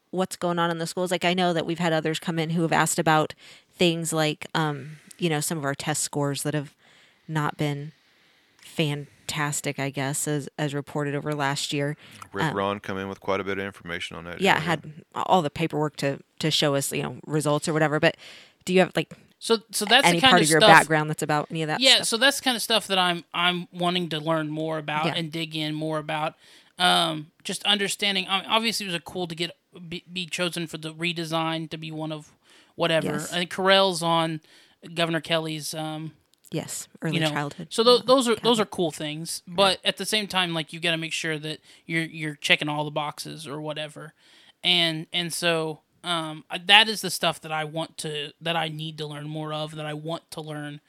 Speaker 4: what's going on in the schools? Like I know that we've had others come in who have asked about things like um, you know some of our test scores that have not been fantastic, I guess, as as reported over last year.
Speaker 2: Rick
Speaker 3: Um,
Speaker 2: Ron come in with quite a bit of information on that.
Speaker 4: Yeah,
Speaker 2: didn't he?
Speaker 4: had all the paperwork to to show us you know results or whatever. But do you have like
Speaker 3: so so that's
Speaker 4: any
Speaker 3: the kind
Speaker 4: part
Speaker 3: of,
Speaker 4: of your
Speaker 3: stuff.
Speaker 4: background that's about any of that?
Speaker 3: Yeah,
Speaker 4: stuff?
Speaker 3: so that's the kind of stuff that I'm I'm wanting to learn more about
Speaker 4: Yeah.
Speaker 3: and dig in more about. Um, just understanding. I mean, obviously, it was a cool to get be, be chosen for the redesign to be one of whatever.
Speaker 4: Yes.
Speaker 3: I think Carell's on Governor Kelly's um,
Speaker 4: Yes, early
Speaker 3: you know,
Speaker 4: childhood.
Speaker 3: So tho- those are those are cool things, but at the same time, like you got to make sure that you're you're checking all the boxes or whatever, and and so um, I- that is the stuff that I want to that I need to learn more of that I want to learn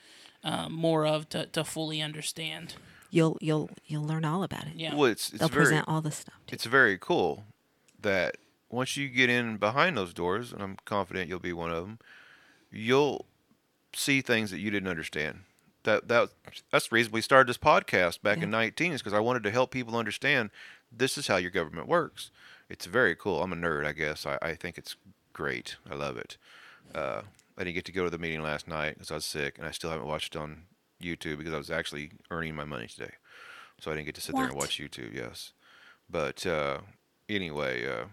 Speaker 3: um, more of to to fully understand.
Speaker 4: you'll you'll you'll learn all about it.
Speaker 3: Yeah.
Speaker 2: Well, it's it's
Speaker 4: They'll
Speaker 2: very
Speaker 4: present all the stuff.
Speaker 2: it's very cool that once you get in behind those doors, and I'm confident you'll be one of them, you'll see things that you didn't understand. That that that's the reason we started this podcast back in 19 is because I wanted to help people understand this is how your government works. It's very cool. I'm a nerd, I guess. I, I think it's great. I love it. Uh, I didn't get to go to the meeting last night because I was sick, and I still haven't watched it on YouTube because I was actually earning my money today, so I didn't get to sit there and
Speaker 4: What?
Speaker 2: watch YouTube. Yes, but uh, anyway, uh,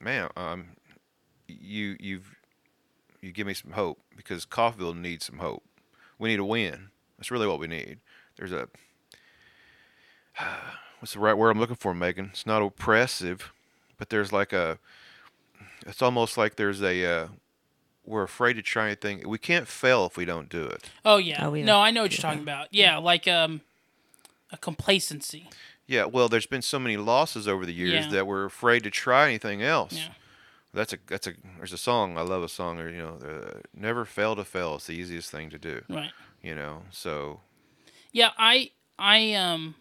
Speaker 2: man, um, you you've you give me some hope because Coffeeville needs some hope. We need a win. That's really what we need. There's a what's the right word I'm looking for, Megan? It's not oppressive, but there's like a it's almost like there's a uh, we're afraid to try anything. We can't fail if we don't do it.
Speaker 3: Oh yeah,
Speaker 4: Oh, yeah.
Speaker 3: no, I know what you're talking about. Yeah, like um, a complacency.
Speaker 2: Yeah, well, there's been so many losses over the years
Speaker 3: Yeah.
Speaker 2: that we're afraid to try anything else.
Speaker 3: Yeah.
Speaker 2: That's a that's a there's a song I love a song or you know uh, never fail to fail. It's the easiest thing to do.
Speaker 3: Right.
Speaker 2: You know, so
Speaker 3: Yeah, I I um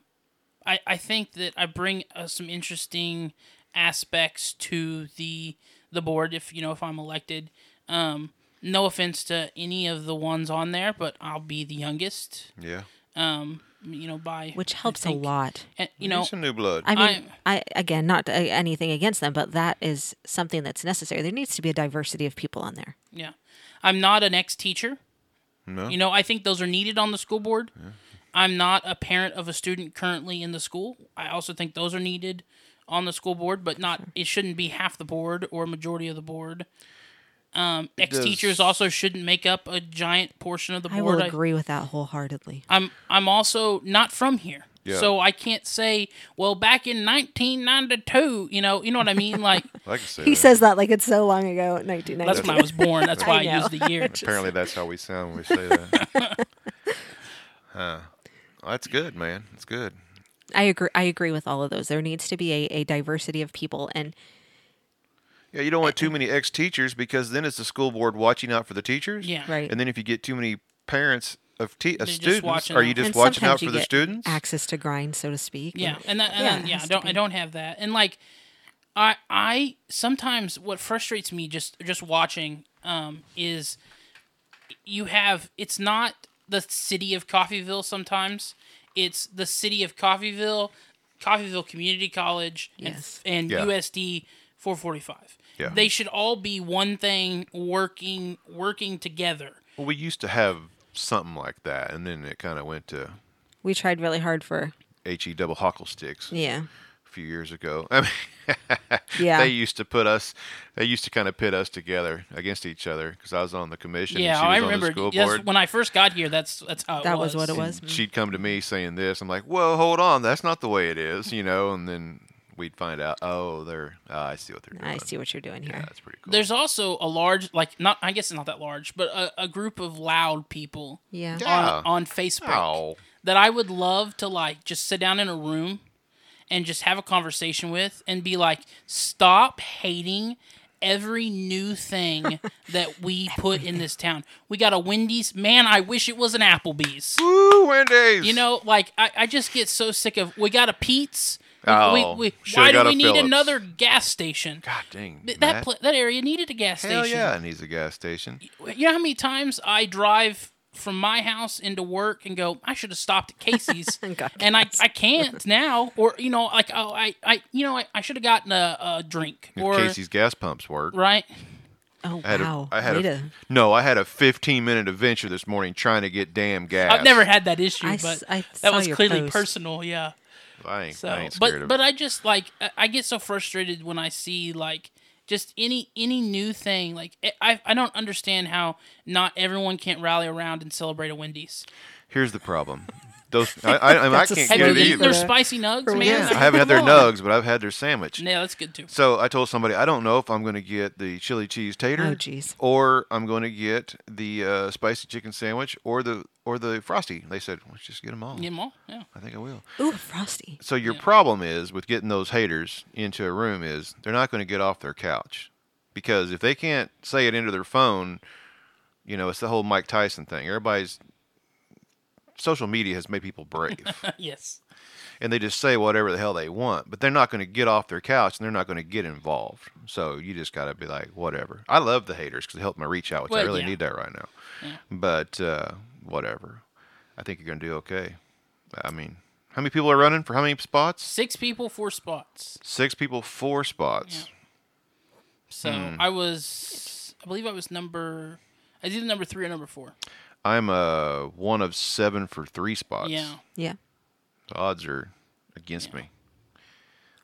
Speaker 3: I I think that I bring uh, some interesting aspects to the the board if you know if I'm elected. Um no offense to any of the ones on there, but I'll be the youngest.
Speaker 2: yeah,
Speaker 3: Um you know by
Speaker 4: which
Speaker 3: I
Speaker 4: helps a
Speaker 3: think-
Speaker 4: lot.
Speaker 3: And, you
Speaker 2: We need
Speaker 3: know,
Speaker 2: some new blood.
Speaker 4: I mean, I, again, not uh, anything against them, but that is something that's necessary. There needs to be a diversity of people on there.
Speaker 3: yeah. I'm not an ex-teacher.
Speaker 2: no,
Speaker 3: You know, I think those are needed on the school board. I'm not a parent of a student currently in the school. I also think those are needed on the school board, but not it shouldn't be half the board or majority of the board. Um, ex teachers
Speaker 2: does-
Speaker 3: also shouldn't make up a giant portion of the
Speaker 4: I
Speaker 3: board.
Speaker 4: will agree with that wholeheartedly.
Speaker 3: I'm I'm also not from here.
Speaker 2: Yeah.
Speaker 3: So I can't say, well, back in 1992, you know, you know what I mean? Like,
Speaker 2: I can say
Speaker 4: He
Speaker 2: that.
Speaker 4: says that like it's so long ago, 1990.
Speaker 3: that's when I was born. That's why I,
Speaker 4: I know.
Speaker 3: used the year.
Speaker 2: Apparently, that's how we sound when we say that. huh. Well, that's good, man. That's good.
Speaker 4: I agree. I agree with all of those. There needs to be a, a diversity of people, and
Speaker 2: Yeah, you don't want too many ex teachers because then it's the school board watching out for the teachers.
Speaker 3: Yeah.
Speaker 4: Right.
Speaker 2: And then if you get too many parents of, te- of
Speaker 3: just
Speaker 2: students,
Speaker 3: watching
Speaker 2: are you
Speaker 3: out.
Speaker 2: just
Speaker 4: and
Speaker 2: watching
Speaker 4: sometimes
Speaker 2: out
Speaker 4: you
Speaker 2: for the
Speaker 4: get
Speaker 2: students?
Speaker 4: access to grind, so to speak. and-
Speaker 3: Yeah, and that, and
Speaker 4: Yeah,
Speaker 3: then-
Speaker 4: it
Speaker 3: yeah, I
Speaker 4: has to
Speaker 3: don't I
Speaker 4: be.
Speaker 3: don't have that. And like I I sometimes what frustrates me just just watching um is you have it's not the city of Coffeeville sometimes. It's the city of Coffeeville, Coffeeville Community College
Speaker 4: Yes.
Speaker 3: and and
Speaker 2: Yeah.
Speaker 3: USD 445.
Speaker 2: Yeah.
Speaker 3: They should all be one thing working working together.
Speaker 2: Well, we used to have something like that, and then it kind of went to
Speaker 4: we tried really hard for
Speaker 2: HE double hockle sticks
Speaker 4: yeah,
Speaker 2: a few years ago. I mean,
Speaker 4: yeah.
Speaker 2: they used to put us, they used to kind of pit us together against each other because I was on the commission
Speaker 3: Yeah,
Speaker 2: and she was
Speaker 3: I
Speaker 2: on
Speaker 3: remember
Speaker 2: the school
Speaker 3: yes,
Speaker 2: board.
Speaker 3: when I first got here that's that's how it
Speaker 4: that was what it was.
Speaker 2: she'd come to me saying this. I'm like, well, hold on, that's not the way it is, you know. And then we'd find out. Oh, they're. Uh, I see what they're doing.
Speaker 4: I see what you're doing
Speaker 2: Yeah,
Speaker 4: here.
Speaker 2: that's pretty cool.
Speaker 3: There's also a large, like not, I guess it's not that large, but a, a group of loud people
Speaker 4: Yeah.
Speaker 2: Yeah.
Speaker 3: on, on Facebook
Speaker 2: oh,
Speaker 3: that I would love to like just sit down in a room and just have a conversation with and be like, stop hating every new thing that we put in this town. We got a Wendy's. Man, I wish it was an Applebee's.
Speaker 2: woo, Wendy's.
Speaker 3: You know, like I, I just get so sick of we got a Pete's. We-
Speaker 2: Oh,
Speaker 3: we, we,
Speaker 2: shoulda
Speaker 3: why do
Speaker 2: got a
Speaker 3: we need
Speaker 2: Phillips.
Speaker 3: another gas station?
Speaker 2: God dang.
Speaker 3: Th-
Speaker 2: Matt.
Speaker 3: that pla that area needed a gas
Speaker 2: Hell
Speaker 3: station.
Speaker 2: yeah, it needs a gas station.
Speaker 3: You know how many times I drive from my house into work and go, I should have stopped at Casey's, and,
Speaker 4: got
Speaker 3: I, I can't now, or you know, like oh, I, I you know, I, I should have gotten a, a drink,
Speaker 2: If
Speaker 3: or
Speaker 2: Casey's gas pumps work.
Speaker 3: right?
Speaker 4: Oh
Speaker 2: I had
Speaker 4: wow.
Speaker 2: a, I had
Speaker 4: Way
Speaker 2: a,
Speaker 4: to-
Speaker 2: no, I had a 15 minute adventure this morning trying to get damn gas.
Speaker 3: I've never had that issue,
Speaker 4: I
Speaker 3: but
Speaker 4: s- I
Speaker 3: that
Speaker 4: saw
Speaker 3: was
Speaker 4: your
Speaker 3: clearly
Speaker 4: post.
Speaker 3: personal, yeah.
Speaker 2: I ain't,
Speaker 3: So,
Speaker 2: I ain't scared
Speaker 3: but
Speaker 2: of
Speaker 3: but uh,
Speaker 2: it.
Speaker 3: I just like I- I get so frustrated when I see like just any any new thing like I- I I don't understand how not everyone can't rally around and celebrate a Wendy's.
Speaker 2: Here's the problem. Those I, I, I, mean, I
Speaker 4: That's a
Speaker 2: can't
Speaker 3: Have
Speaker 2: get
Speaker 3: you
Speaker 2: it
Speaker 4: slogan
Speaker 3: eaten
Speaker 4: for
Speaker 2: either.
Speaker 3: their
Speaker 4: that.
Speaker 3: spicy nugs, man?
Speaker 2: Yeah,
Speaker 3: Like,
Speaker 2: I haven't had their
Speaker 3: come on.
Speaker 2: nugs, but I've had their sandwich.
Speaker 3: Yeah, that's good too.
Speaker 2: So I told somebody I don't know if I'm going to get the chili cheese tater,
Speaker 4: Oh, jeez.
Speaker 2: or I'm going to get the uh, spicy chicken sandwich, or the or the frosty. They said, let's just get them all.
Speaker 3: Get 'em all. Yeah.
Speaker 2: I think I will.
Speaker 4: Ooh, frosty.
Speaker 2: So your problem is with getting those haters into a room is they're not going to get off their couch because if they can't say it into their phone, you know, it's the whole Mike Tyson thing. Everybody's social media has made people brave
Speaker 3: yes.
Speaker 2: and they just say whatever the hell they want, but they're not going to get off their couch and they're not going to get involved. So you just got to be like, whatever. I love the haters because they help my reach out, which I
Speaker 3: Well,
Speaker 2: really
Speaker 3: yeah.
Speaker 2: need that right now. But uh, whatever. I think you're going to do okay. I mean, how many people are running for how many spots?
Speaker 3: Six people, four spots.
Speaker 2: Six people, four spots.
Speaker 3: So
Speaker 2: Hmm.
Speaker 3: I was, I believe I was number, I was either number three or number four.
Speaker 2: I'm uh, one of seven for three spots.
Speaker 3: Yeah.
Speaker 4: Yeah.
Speaker 2: The odds are against me.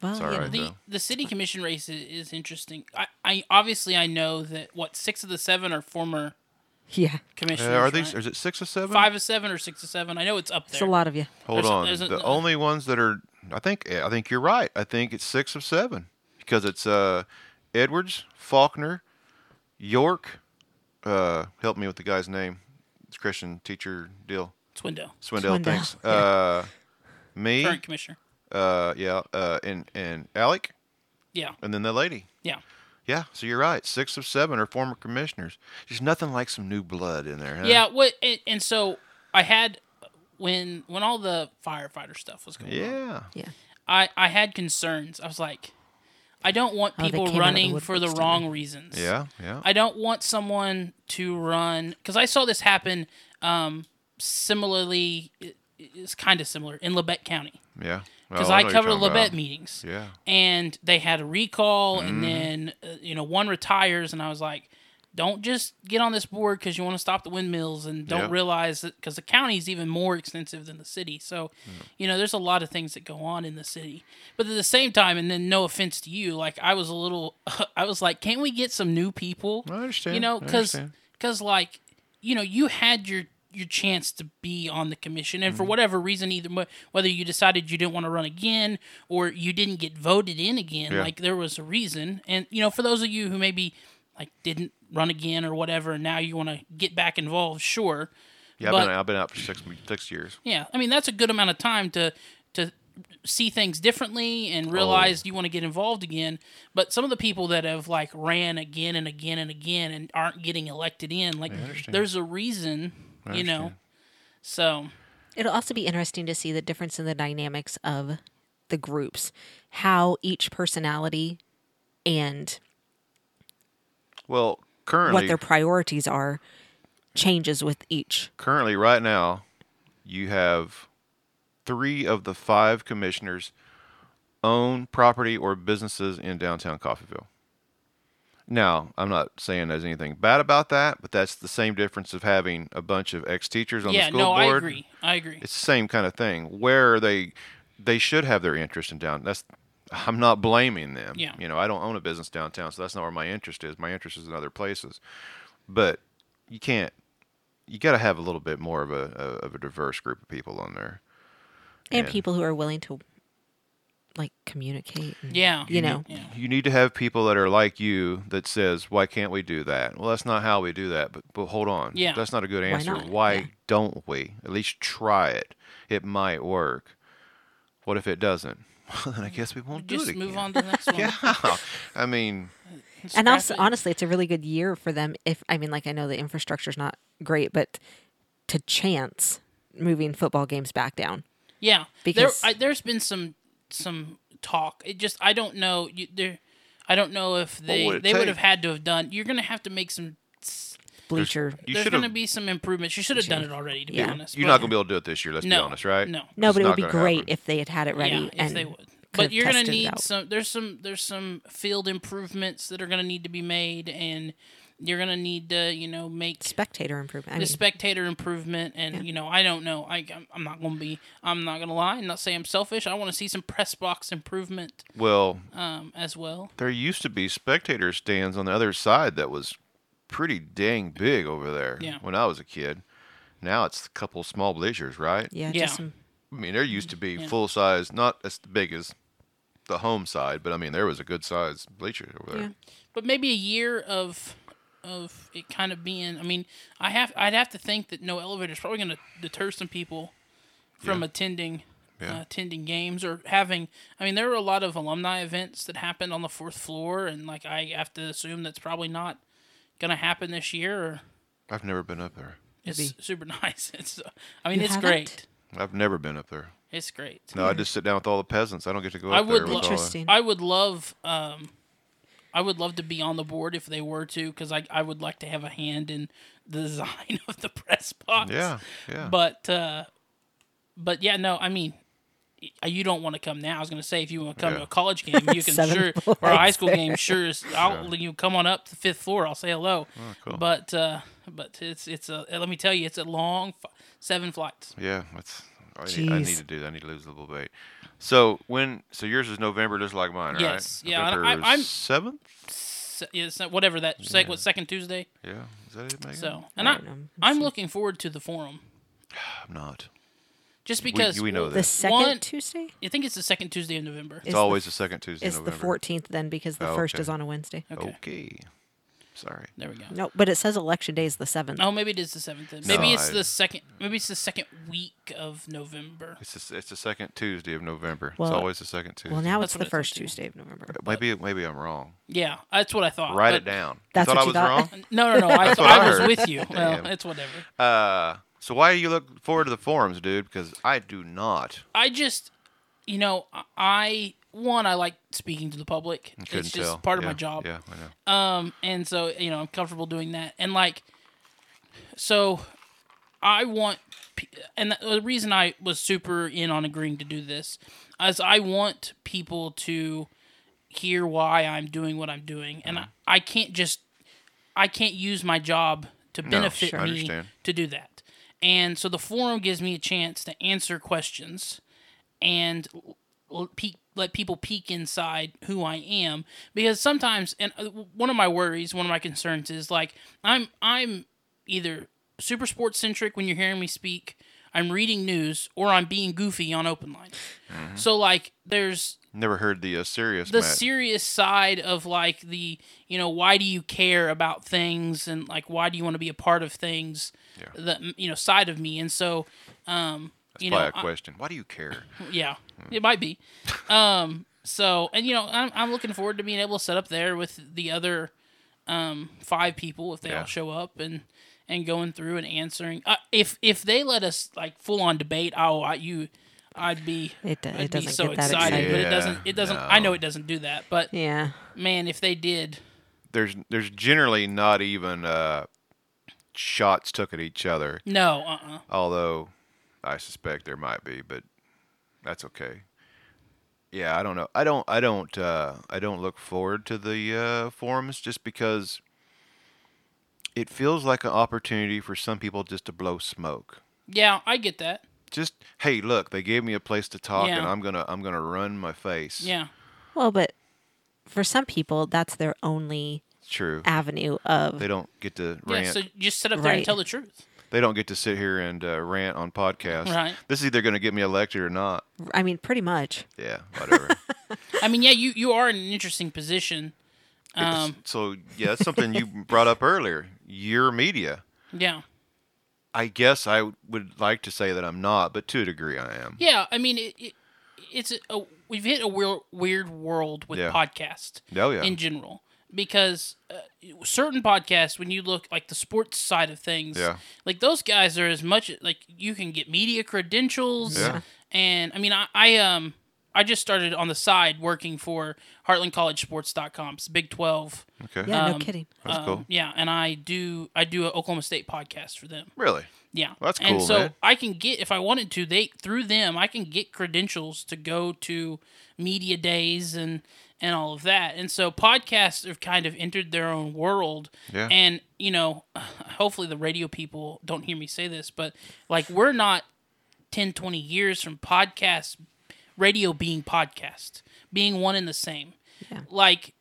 Speaker 4: Well,
Speaker 2: all
Speaker 4: you know,
Speaker 2: right.
Speaker 3: The
Speaker 2: though.
Speaker 3: the city commission race is, is interesting. I, I obviously I know that what six of the seven are former
Speaker 4: yeah.
Speaker 2: Uh,
Speaker 3: commissioners.
Speaker 2: are these?
Speaker 3: right?
Speaker 2: Is it six or seven?
Speaker 3: five of seven or six of seven? I know it's up there.
Speaker 4: It's a lot of you.
Speaker 2: Hold
Speaker 3: There's-
Speaker 2: on.
Speaker 3: there's a-
Speaker 2: the only ones that are, I think, I think you're right. I think it's six of seven because it's uh, Edwards, Faulkner, York. Uh, help me with the guy's name. It's Christian teacher deal.
Speaker 3: Twindow,
Speaker 2: Swindell,
Speaker 4: Swindell,
Speaker 2: thanks.
Speaker 4: yeah.
Speaker 2: Uh, me,
Speaker 3: current commissioner.
Speaker 2: uh, yeah, uh, and and Alec,
Speaker 3: Yeah,
Speaker 2: and then the lady.
Speaker 3: yeah.
Speaker 2: Yeah, so you're right. Six of seven are former commissioners. There's nothing like some new blood in there. Huh?
Speaker 3: Yeah, what and, and so I had when when all the firefighter stuff was going on.
Speaker 2: Yeah.
Speaker 4: Yeah.
Speaker 3: I I had concerns. I was like I don't want
Speaker 4: Oh, they
Speaker 3: people
Speaker 4: came out of the
Speaker 3: running
Speaker 4: woodworks,
Speaker 3: for the
Speaker 4: didn't
Speaker 3: wrong reasons.
Speaker 2: Yeah. Yeah.
Speaker 3: I don't want someone to run cuz I saw this happen um similarly it- it's kind of similar in Labette County
Speaker 2: yeah.
Speaker 3: cuz
Speaker 2: Oh,
Speaker 3: I,
Speaker 2: know what you're
Speaker 3: cover
Speaker 2: talking
Speaker 3: Labette
Speaker 2: about.
Speaker 3: meetings.
Speaker 2: Yeah.
Speaker 3: and they had a recall
Speaker 2: Mm-hmm.
Speaker 3: and then uh, you know one retires and i was like don't just get on this board because you want to stop the windmills and don't
Speaker 2: Yep.
Speaker 3: realize that because the county is even more extensive than the city so you know there's a lot of things that go on in the city but at the same time and then no offense to you like i was a little i was like can't we get some new people
Speaker 2: I understand.
Speaker 3: you know
Speaker 2: I
Speaker 3: because
Speaker 2: understand.
Speaker 3: because like you know you had your your chance to be on the commission
Speaker 2: Mm-hmm.
Speaker 3: and for whatever reason either wh- whether you decided you didn't want to run again or you didn't get voted in again
Speaker 2: Yeah.
Speaker 3: like there was a reason and you know for those of you who maybe like didn't run again or whatever and now you want to get back involved sure
Speaker 2: Yeah, I've
Speaker 3: but
Speaker 2: been I've been out for six six years.
Speaker 3: yeah i mean that's a good amount of time to to see things differently
Speaker 2: Oh.
Speaker 3: and realize you want to get involved again but some of the people that have like ran again and again and again and aren't getting elected in like there's a reason you know so
Speaker 4: It'll also be interesting to see the difference in the dynamics of the groups, how each personality and
Speaker 2: Well,
Speaker 4: what
Speaker 2: currently,
Speaker 4: their priorities are changes with each.
Speaker 2: currently right now, you have three of the five commissioners own property or businesses in downtown Coffeeville. Now, I'm not saying there's anything bad about that, but that's the same difference of having a bunch of ex-teachers on the
Speaker 3: yeah
Speaker 2: school
Speaker 3: no
Speaker 2: board.
Speaker 3: i agree i agree
Speaker 2: It's the same kind of thing. Where they they should have their interest in down. That's I'm not blaming them.
Speaker 3: Yeah.
Speaker 2: You know, I don't own a business downtown, so that's not where my interest is. My interest is in other places. But you can't. You got to have a little bit more of a, a of a diverse group of people on there.
Speaker 4: And
Speaker 2: Yeah.
Speaker 4: people who are willing to like communicate. and,
Speaker 3: Yeah.
Speaker 4: You know,
Speaker 3: Yeah.
Speaker 2: You need to have people that are like you that says, "Why can't we do that?" Well, that's not how we do that. But but hold on,
Speaker 3: Yeah.
Speaker 2: that's not a good answer.
Speaker 4: not?
Speaker 2: Why
Speaker 4: Yeah.
Speaker 2: don't we at least try it? It might work. What if it doesn't? Well, then I guess we won't do it
Speaker 3: Just
Speaker 2: again.
Speaker 3: move on to the next one.
Speaker 2: Yeah, I mean,
Speaker 4: and also
Speaker 3: Scrap it.
Speaker 4: honestly, it's a really good year for them. If I mean, like I know the infrastructure's not great, but to chance moving football games back down.
Speaker 3: Yeah,
Speaker 4: Because-
Speaker 3: there I, there's been some some talk. It just I don't know. You, there, I don't know if they
Speaker 2: would it
Speaker 3: they would
Speaker 2: take?
Speaker 3: have had to have done. You're gonna have to make some. s-
Speaker 4: Bleacher.
Speaker 2: you
Speaker 3: there's
Speaker 2: should
Speaker 3: gonna
Speaker 2: have.
Speaker 3: be some improvements. You should have done it already, to
Speaker 4: Yeah.
Speaker 3: be honest.
Speaker 2: You're
Speaker 3: but-
Speaker 2: not gonna be able to do it this year. Let's
Speaker 3: No,
Speaker 2: be honest, right?
Speaker 3: no.
Speaker 4: No, but
Speaker 2: It's
Speaker 4: it
Speaker 2: not
Speaker 4: would be
Speaker 2: gonna
Speaker 4: great
Speaker 2: happen.
Speaker 4: if they had had it ready.
Speaker 3: Yeah, if
Speaker 4: and
Speaker 3: they would.
Speaker 4: could've
Speaker 3: But you're gonna
Speaker 4: tested it
Speaker 3: need
Speaker 4: out.
Speaker 3: some. There's some. There's some field improvements that are gonna need to be made, and you're gonna need to you know make
Speaker 4: spectator improvement. I
Speaker 3: the
Speaker 4: mean,
Speaker 3: spectator improvement and you know i don't know I, I'm- i'm not gonna be i'm not gonna lie and not say i'm selfish i want to see some press box improvement
Speaker 2: Well,
Speaker 3: um, as well
Speaker 2: there used to be spectator stands on the other side that was pretty dang big over there
Speaker 3: Yeah.
Speaker 2: when I was a kid. Now it's a couple small bleachers, right?
Speaker 4: yeah,
Speaker 3: yeah.
Speaker 4: just some
Speaker 2: I mean, there used to be full size, not as big as the home side, but I mean, there was a good size bleacher over there.
Speaker 3: but maybe a year of of it kind of being i mean i have i'd have to think that no elevator is probably going to deter some people from attending
Speaker 2: Yeah.
Speaker 3: uh, attending games or having i mean there were a lot of alumni events that happened on the fourth floor and like i have to assume that's probably not going to happen this year or
Speaker 2: I've never been up there.
Speaker 3: it's super nice it's uh, i mean
Speaker 4: You
Speaker 3: it's
Speaker 4: haven't?
Speaker 3: great
Speaker 2: I've never been up there.
Speaker 3: it's great
Speaker 2: No, I just sit down with all the peasants. I don't get to go up
Speaker 3: I
Speaker 2: there.
Speaker 3: would
Speaker 2: with all
Speaker 3: love.
Speaker 2: the-
Speaker 4: Interesting.
Speaker 3: I would love. Um, I would love to be on the board if they were to, because I I would like to have a hand in the design of the press box.
Speaker 2: Yeah, yeah.
Speaker 3: But uh, but yeah, no, I mean. y- You don't want to come now. I was going to say if you want to come to
Speaker 2: Yeah.
Speaker 3: a college game, you can
Speaker 4: Seven
Speaker 3: sure
Speaker 4: floors
Speaker 3: or a high school game. Sure, as- I'll you come on up to the fifth floor. I'll say hello.
Speaker 2: Oh, cool.
Speaker 3: But uh, but it's it's a let me tell you, it's a long fi- seven flights.
Speaker 2: Yeah, that's. I need, I need
Speaker 4: Jeez.
Speaker 2: to do. That. I need to lose a little weight. So when? So yours is November, just like mine, right?
Speaker 3: Yes. Yeah, and I-
Speaker 2: November
Speaker 3: I'm-
Speaker 2: seventh.
Speaker 3: Se- it's not- whatever that seg- what, second Tuesday.
Speaker 2: Yeah, is that it, Megan?
Speaker 3: So, and I,
Speaker 4: know.
Speaker 3: I'm looking forward to the forum
Speaker 2: I'm not.
Speaker 3: just because
Speaker 2: we know
Speaker 3: well,
Speaker 2: that.
Speaker 4: the second
Speaker 3: One-
Speaker 4: Tuesday.
Speaker 3: I think it's the second Tuesday of November.
Speaker 2: It's
Speaker 4: Is the-
Speaker 2: always the, second Tuesday.
Speaker 4: It's
Speaker 2: in
Speaker 4: the
Speaker 2: November.
Speaker 4: fourteenth then because the
Speaker 2: Oh,
Speaker 4: first
Speaker 2: okay.
Speaker 4: is on a Wednesday.
Speaker 3: Okay,
Speaker 2: Okay. Sorry.
Speaker 3: there we go.
Speaker 4: No, but it says election day is the seventh.
Speaker 3: Oh, maybe it is the seventh. then.
Speaker 2: No,
Speaker 3: Maybe it's
Speaker 2: I-
Speaker 3: the second. Maybe it's the second week of November.
Speaker 2: It's the, it's the second Tuesday of November.
Speaker 4: Well-
Speaker 2: it's always the second Tuesday. Uh,
Speaker 4: Well, now
Speaker 3: That's
Speaker 4: it's
Speaker 3: what
Speaker 4: the
Speaker 3: I thought
Speaker 4: first
Speaker 3: too.
Speaker 4: Tuesday of November.
Speaker 2: maybe maybe I'm wrong.
Speaker 3: Yeah, that's what I thought.
Speaker 2: Write
Speaker 3: but-
Speaker 2: it down.
Speaker 4: That's
Speaker 2: you thought
Speaker 4: what you
Speaker 2: I was
Speaker 4: thought?
Speaker 2: wrong.
Speaker 3: No, no, no. I,
Speaker 2: That's what
Speaker 3: I
Speaker 2: I
Speaker 3: was
Speaker 2: heard.
Speaker 3: with you. Well,
Speaker 2: Damn.
Speaker 3: it's whatever.
Speaker 2: Uh, so why do you look forward to the forums, dude? Because I do not.
Speaker 3: I just, you know, I one I like speaking to the public.
Speaker 2: Couldn't
Speaker 3: it's just
Speaker 2: tell.
Speaker 3: part of
Speaker 2: Yeah,
Speaker 3: my job.
Speaker 2: Yeah, I know.
Speaker 3: Um, and so you know, I'm comfortable doing that. And like, so I want, pe- and the reason I was super in on agreeing to do this is I want people to hear why I'm doing what I'm doing, and
Speaker 2: Mm-hmm.
Speaker 3: I, I can't just, I can't use my job to benefit
Speaker 2: sure. I
Speaker 3: me
Speaker 2: understand.
Speaker 3: to do that. And so the forum gives me a chance to answer questions and l- l- peek, let people peek inside who I am because sometimes and uh, one of my worries, one of my concerns is like I'm I'm either super sports centric when you're hearing me speak, I'm reading news or I'm being goofy on open line. So like there's
Speaker 2: Never heard the uh, serious.
Speaker 3: the
Speaker 2: Matt.
Speaker 3: serious side of like the you know why do you care about things and like why do you want to be a part of things that you know side of me and so um you know
Speaker 2: By a
Speaker 3: I-
Speaker 2: question. Why do you care?
Speaker 3: yeah, it might be. Um, so and you know, I'm I'm looking forward to being able to set up there with the other um five people if they
Speaker 2: Yeah.
Speaker 3: all show up and and going through and answering. Uh, if if they let us like full on debate, oh, I, you, I'd be
Speaker 4: It do- it
Speaker 3: I'd be
Speaker 4: doesn't
Speaker 3: so
Speaker 4: get that
Speaker 3: excited, but it
Speaker 2: excited.
Speaker 3: doesn't it doesn't. I know it doesn't do that, but
Speaker 4: Yeah,
Speaker 3: man, if they did,
Speaker 2: There's there's generally not even uh, shots took at each other.
Speaker 3: no, uh, uh
Speaker 2: although I suspect there might be, but that's okay. Yeah, I don't know. I don't. I don't. Uh, I don't look forward to the uh, forums just because it feels like an opportunity for some people just to blow smoke.
Speaker 3: yeah, I get that,
Speaker 2: Just hey, look, they gave me a place to talk, and
Speaker 3: Yeah.
Speaker 2: I'm gonna I'm gonna run my face.
Speaker 3: yeah,
Speaker 4: well, but for some people, that's their only
Speaker 2: it's true.
Speaker 4: avenue of
Speaker 2: They don't get to
Speaker 3: yeah.
Speaker 2: rant.
Speaker 3: So just sit up there and
Speaker 4: Right.
Speaker 3: tell the truth.
Speaker 2: They don't get to sit here and uh, rant on podcasts.
Speaker 3: Right.
Speaker 2: This is either going to get me elected or not.
Speaker 4: I mean, pretty much.
Speaker 2: Yeah, whatever.
Speaker 3: I mean, yeah, you, you are in an interesting position. Um,
Speaker 2: so yeah, that's something you brought up earlier. Your media.
Speaker 3: yeah.
Speaker 2: I guess I would like to say that I'm not, but to a degree I am.
Speaker 3: Yeah, I mean, it, it, it's a, a- we've hit a weird, weird world with
Speaker 2: Yeah.
Speaker 3: podcasts.
Speaker 2: Oh, yeah.
Speaker 3: in general because uh, certain podcasts, when you look like the sports side of things,
Speaker 2: Yeah.
Speaker 3: like those guys are as much like you can get media credentials.
Speaker 2: Yeah.
Speaker 3: And I mean, I, I um I just started on the side working for HeartlandCollegeSports.com, it's Big Twelve.
Speaker 2: Okay.
Speaker 4: Yeah, no
Speaker 3: Um,
Speaker 4: kidding.
Speaker 2: That's
Speaker 3: Um,
Speaker 2: cool.
Speaker 3: Yeah, and I do I do an Oklahoma State podcast for them.
Speaker 2: Really?
Speaker 3: Yeah,
Speaker 2: Well, that's
Speaker 3: And
Speaker 2: cool,
Speaker 3: so
Speaker 2: man.
Speaker 3: I can get if I wanted to, they through them I can get credentials to go to media days and and all of that. And so podcasts have kind of entered their own world.
Speaker 2: Yeah.
Speaker 3: And you know, hopefully the radio people don't hear me say this, but like we're not 10, 20 years from podcasts, radio being podcast, being one and the same.
Speaker 4: Yeah.
Speaker 3: Like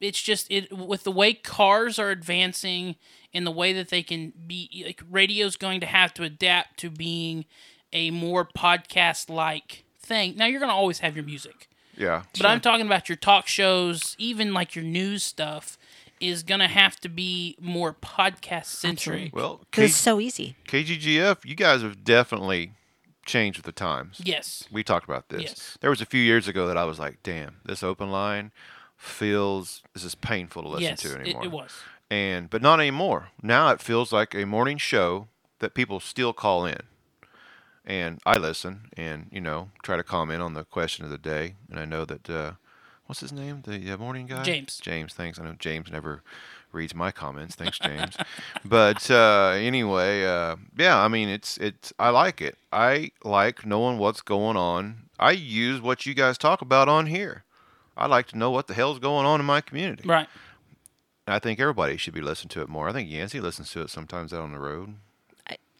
Speaker 3: it's just it with the way cars are advancing and the way that they can be like radio's going to have to adapt to being a more podcast like thing now you're going to always have your music
Speaker 2: Yeah.
Speaker 3: but i'm talking about your talk shows even like your news stuff is going to have to be more podcast centric
Speaker 2: Well, K-
Speaker 4: It's so easy.
Speaker 2: KGGF, you guys have definitely changed with the times.
Speaker 3: yes
Speaker 2: We talked about this.
Speaker 3: Yes.
Speaker 2: There was a few years ago that I was like, "Damn, this open line feels this is painful to listen
Speaker 3: yes
Speaker 2: to
Speaker 3: it,
Speaker 2: anymore."
Speaker 3: it was
Speaker 2: and but not anymore. Now it feels like a morning show that people still call in, and I listen and you know try to comment on the question of the day. And I know that uh, what's his name, the uh, morning guy,
Speaker 3: James.
Speaker 2: James, thanks. I know James never reads my comments. Thanks, James. but uh, anyway, uh, yeah, I mean it's it's I like it. I like knowing what's going on. I use what you guys talk about on here. I like to know what the hell's going on in my community.
Speaker 3: right
Speaker 2: I think everybody should be listening to it more. I think Yancey listens to it sometimes out on the road.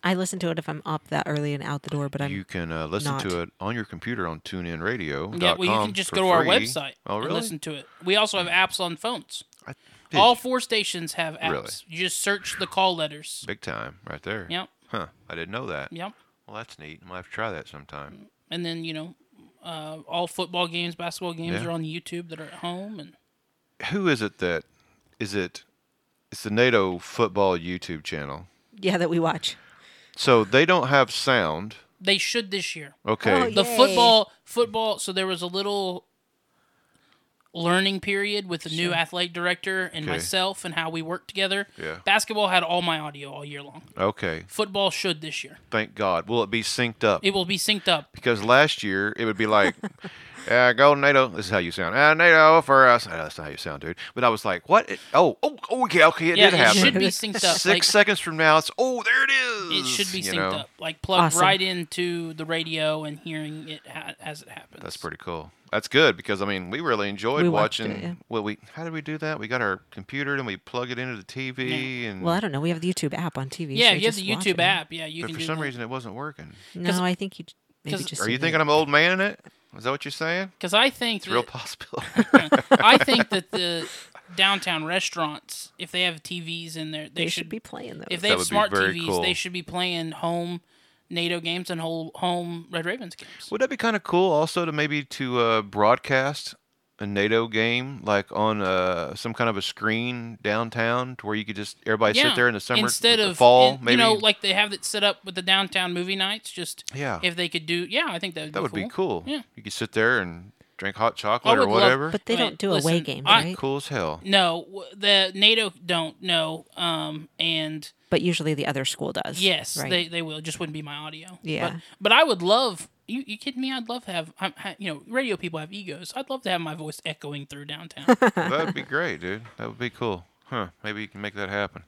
Speaker 4: I listen to it if I'm up that early and out the door, but I'm
Speaker 2: you can uh, listen
Speaker 4: not.
Speaker 2: to it on your computer on TuneIn Radio.
Speaker 3: yeah well you can just go to our website
Speaker 2: Oh,
Speaker 3: and
Speaker 2: really?
Speaker 3: listen to it we also have apps on phones
Speaker 2: I, did
Speaker 3: all
Speaker 2: you?
Speaker 3: four stations have apps
Speaker 2: Really?
Speaker 3: you just search the call letters
Speaker 2: big time right there.
Speaker 3: Yep.
Speaker 2: Huh. I didn't know that.
Speaker 3: yep
Speaker 2: Well, that's neat. I might have to try that sometime.
Speaker 3: and then you know uh, all football games basketball games
Speaker 2: Yeah.
Speaker 3: are on youtube that are at home and
Speaker 2: Who is it that is it? It's the NATO football YouTube channel.
Speaker 4: yeah that we watch.
Speaker 2: So they don't have sound.
Speaker 3: they should this year
Speaker 2: Okay.
Speaker 4: Oh,
Speaker 3: the
Speaker 4: Yay.
Speaker 3: football football so there was a little learning period with the new athletic director and
Speaker 2: Okay.
Speaker 3: myself and how we work together
Speaker 2: Yeah.
Speaker 3: basketball had all my audio all year long
Speaker 2: Okay.
Speaker 3: football should this year
Speaker 2: Thank God. Will it be synced up?
Speaker 3: it will be synced up
Speaker 2: Because last year it would be like, uh, "Go NATO." This is how you sound. Uh, NATO for us. No, that's not how you sound, dude. But I was like, "What? It- oh, oh, okay, okay, it
Speaker 3: yeah
Speaker 2: did
Speaker 3: it
Speaker 2: happen."
Speaker 3: should be synced up
Speaker 2: Six
Speaker 3: like,
Speaker 2: seconds from now, it's oh, there it
Speaker 3: it
Speaker 2: is.
Speaker 3: should be
Speaker 2: you
Speaker 3: synced
Speaker 2: know?
Speaker 3: up like plugged
Speaker 4: Awesome.
Speaker 3: right into the radio and hearing it ha- as it happens
Speaker 2: That's pretty cool. That's good because I mean we really enjoyed
Speaker 4: We watched
Speaker 2: watching.
Speaker 4: it, yeah.
Speaker 2: Well, we how did we do that? We got our computer and we plug it into the TV and
Speaker 4: Well, I don't know. We have the YouTube app on TV.
Speaker 3: Hmm. yeah
Speaker 4: so
Speaker 3: if you have
Speaker 4: just
Speaker 3: the
Speaker 4: watch
Speaker 3: youtube
Speaker 4: it.
Speaker 3: app yeah you
Speaker 2: but
Speaker 3: can
Speaker 2: for
Speaker 3: do
Speaker 2: some
Speaker 3: that.
Speaker 2: reason it wasn't working.
Speaker 3: Because-
Speaker 4: No, I think you maybe
Speaker 3: because-
Speaker 4: just.
Speaker 2: Are you
Speaker 4: send
Speaker 2: thinking
Speaker 4: it.
Speaker 2: I'm old man in it? Is that what you're saying?
Speaker 3: Because I think
Speaker 2: It's a real
Speaker 3: that-
Speaker 2: possibility.
Speaker 3: I think that the downtown restaurants, if they have TVs in there, they,
Speaker 4: They should be playing those.
Speaker 3: If they
Speaker 2: That
Speaker 3: have
Speaker 2: would be
Speaker 3: smart
Speaker 2: very
Speaker 3: TVs,
Speaker 2: cool.
Speaker 3: they should be playing home NATO games and whole home Red Ravens games.
Speaker 2: Would that be kind of cool also to maybe to uh, broadcast a NATO game like on uh, some kind of a screen downtown to where you could just everybody sit there in the summer
Speaker 3: instead
Speaker 2: the
Speaker 3: of
Speaker 2: fall
Speaker 3: in-
Speaker 2: maybe
Speaker 3: you know like they have it set up with the downtown movie nights. Just
Speaker 2: Yeah.
Speaker 3: if they could do yeah, I think that would
Speaker 2: that would
Speaker 3: be
Speaker 2: be cool.
Speaker 3: Yeah,
Speaker 2: You could sit there and drink hot chocolate or
Speaker 3: would love-
Speaker 2: whatever.
Speaker 4: But they
Speaker 3: Wait,
Speaker 4: don't do away
Speaker 3: listen,
Speaker 4: games,
Speaker 3: I-
Speaker 4: right?
Speaker 2: cool as hell.
Speaker 3: no, w- the NATO don't know, um, and
Speaker 4: But usually the other school does.
Speaker 3: Yes,
Speaker 4: right?
Speaker 3: they, they will. It just wouldn't be my audio.
Speaker 4: Yeah.
Speaker 3: But, but I would love. You, you kidding me? I'd love to have. I'm, ha- you know, radio people have egos. I'd love to have my voice echoing through downtown.
Speaker 2: that would be great, dude. That would be cool. Huh? Maybe you can make that happen.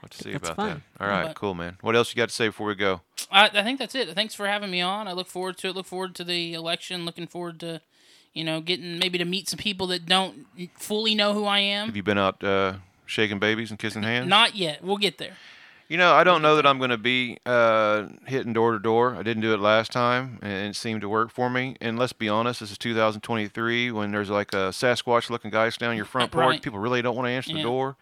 Speaker 2: What to see
Speaker 4: that's
Speaker 2: about
Speaker 4: fun.
Speaker 2: that? All right,
Speaker 3: But-
Speaker 2: cool, man. What else you got to say before we go?
Speaker 3: I, I think that's it. Thanks for having me on. I look forward to it. Look forward to the election. Looking forward to, you know, getting maybe to meet some people that don't fully know who I
Speaker 2: Have
Speaker 3: am.
Speaker 2: you been out uh, shaking babies and kissing hands?
Speaker 3: Not yet. We'll get there.
Speaker 2: You know, I don't know that I'm going to be uh, hitting door to door. I didn't do it last time, and it seemed to work for me. And let's be honest, this is 2023 when there's like a Sasquatch looking guy standing on your front porch.
Speaker 3: Right.
Speaker 2: People really don't want to answer
Speaker 3: Yeah.
Speaker 2: the door.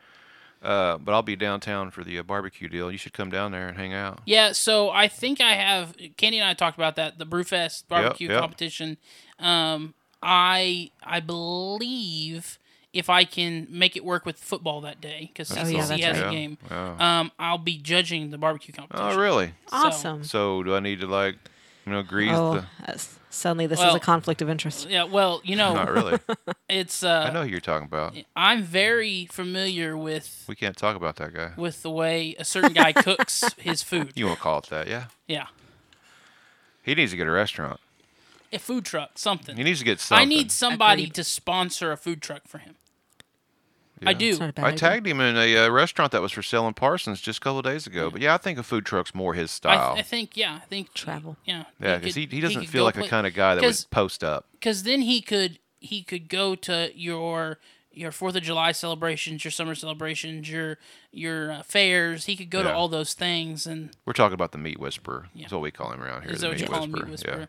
Speaker 2: Uh, but I'll be downtown for the uh, barbecue deal. You should come down there and hang out.
Speaker 3: Yeah, so I think I have Candy and I talked about that the Brewfest barbecue
Speaker 2: yep.
Speaker 3: competition. Um, I I believe if I can make it work with football that day because
Speaker 4: Oh,
Speaker 3: CCC
Speaker 4: yeah,
Speaker 3: has
Speaker 4: that's right.
Speaker 3: a
Speaker 2: Yeah,
Speaker 3: game,
Speaker 2: wow.
Speaker 3: um, I'll be judging the barbecue competition.
Speaker 2: Oh, really?
Speaker 4: Awesome.
Speaker 2: So do I need to like, you know, grease
Speaker 4: oh,
Speaker 2: the?
Speaker 4: that's- suddenly this is
Speaker 3: Well-
Speaker 4: a conflict of interest.
Speaker 3: Yeah, well, you
Speaker 2: Not
Speaker 3: know,
Speaker 2: really.
Speaker 3: it's
Speaker 2: I
Speaker 3: uh,
Speaker 2: know who you're talking about.
Speaker 3: I'm very familiar with
Speaker 2: We can't talk about that guy.
Speaker 3: with the way a certain guy cooks his food.
Speaker 2: You won't call it that, yeah?
Speaker 3: Yeah,
Speaker 2: He needs to get a restaurant.
Speaker 3: a food truck, something.
Speaker 2: He needs to get something.
Speaker 3: I need somebody
Speaker 4: Agreed.
Speaker 3: to sponsor a food truck for him. I do.
Speaker 4: It's not a bad
Speaker 2: I
Speaker 4: idea.
Speaker 2: tagged him in a uh, restaurant that was for selling Parsons just a couple of days ago. But yeah, I think a food truck's more his
Speaker 3: I,
Speaker 2: style.
Speaker 3: th- I think yeah, I think
Speaker 4: Travel.
Speaker 3: Yeah,
Speaker 2: yeah, because he, he doesn't feel like the kind of guy that would post up.
Speaker 3: Because then he could he could go to your your Fourth of July celebrations, your summer celebrations, your your uh, fairs. He could go
Speaker 2: Yeah.
Speaker 3: to all those things, and
Speaker 2: We're talking about the meat whisperer. That's what we call him around here.
Speaker 3: is
Speaker 2: the
Speaker 3: that what you
Speaker 2: meat
Speaker 3: call him,
Speaker 2: whisperer.
Speaker 3: meat whisperer?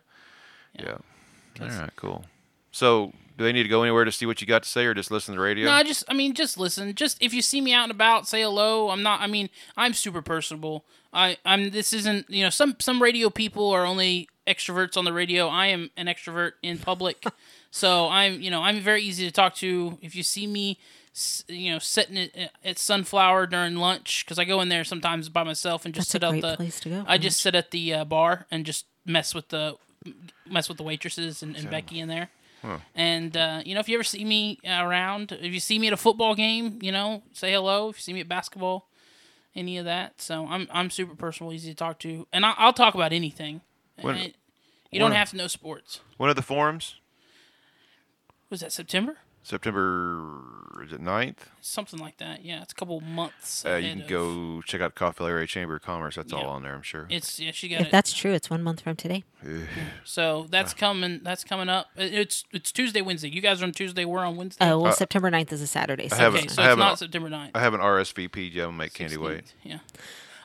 Speaker 2: Yeah. yeah. All right, cool. So do they need to go anywhere to see what you got to say or just listen to the radio?
Speaker 3: No, I just I mean just listen. Just if you see me out and about, say hello. I'm not I mean, I'm super personable. I I'm this isn't, you know, some some radio people are only extroverts on the radio. I am an extrovert in public. so I'm, you know, I'm very easy to talk to. If you see me s- you know, sitting at, at Sunflower during lunch because I go in there sometimes by myself and just sit
Speaker 4: That's a
Speaker 3: out
Speaker 4: great
Speaker 3: the.
Speaker 4: place to go for
Speaker 3: I just sit at the uh, bar and just mess with the mess with the waitresses and, and Becky in there. And uh, you know, if you ever see me around, if you see me at a football game, you know, say hello. If you see me at basketball, any of that. So I'm I'm super personal, easy to talk to, and I, I'll talk about anything.
Speaker 2: When-
Speaker 3: And you don't
Speaker 2: when-
Speaker 3: have to know sports.
Speaker 2: One of the forums,
Speaker 3: Was that September?
Speaker 2: September is it 9th?
Speaker 3: Something like that. Yeah, it's a couple months.
Speaker 2: Uh, you
Speaker 3: ahead
Speaker 2: can
Speaker 3: of-
Speaker 2: go check out Coffee Area Chamber of Commerce. That's all
Speaker 3: Yeah.
Speaker 2: on there, I'm sure.
Speaker 3: It's yeah, she got
Speaker 4: If
Speaker 3: it.
Speaker 4: that's true, it's one month from today.
Speaker 3: So that's
Speaker 2: Uh.
Speaker 3: coming. That's coming up. It- It's it's Tuesday, Wednesday. You guys are on Tuesday. We're on Wednesday.
Speaker 4: Oh, well, September 9th is a Saturday. So
Speaker 2: have
Speaker 3: okay,
Speaker 2: a-
Speaker 3: so
Speaker 2: Uh, I
Speaker 3: it's
Speaker 2: have a-
Speaker 3: not September 9th.
Speaker 2: I have an RSVP. Yeah, I'll make Candy wait. Um,
Speaker 3: 16th, Yeah.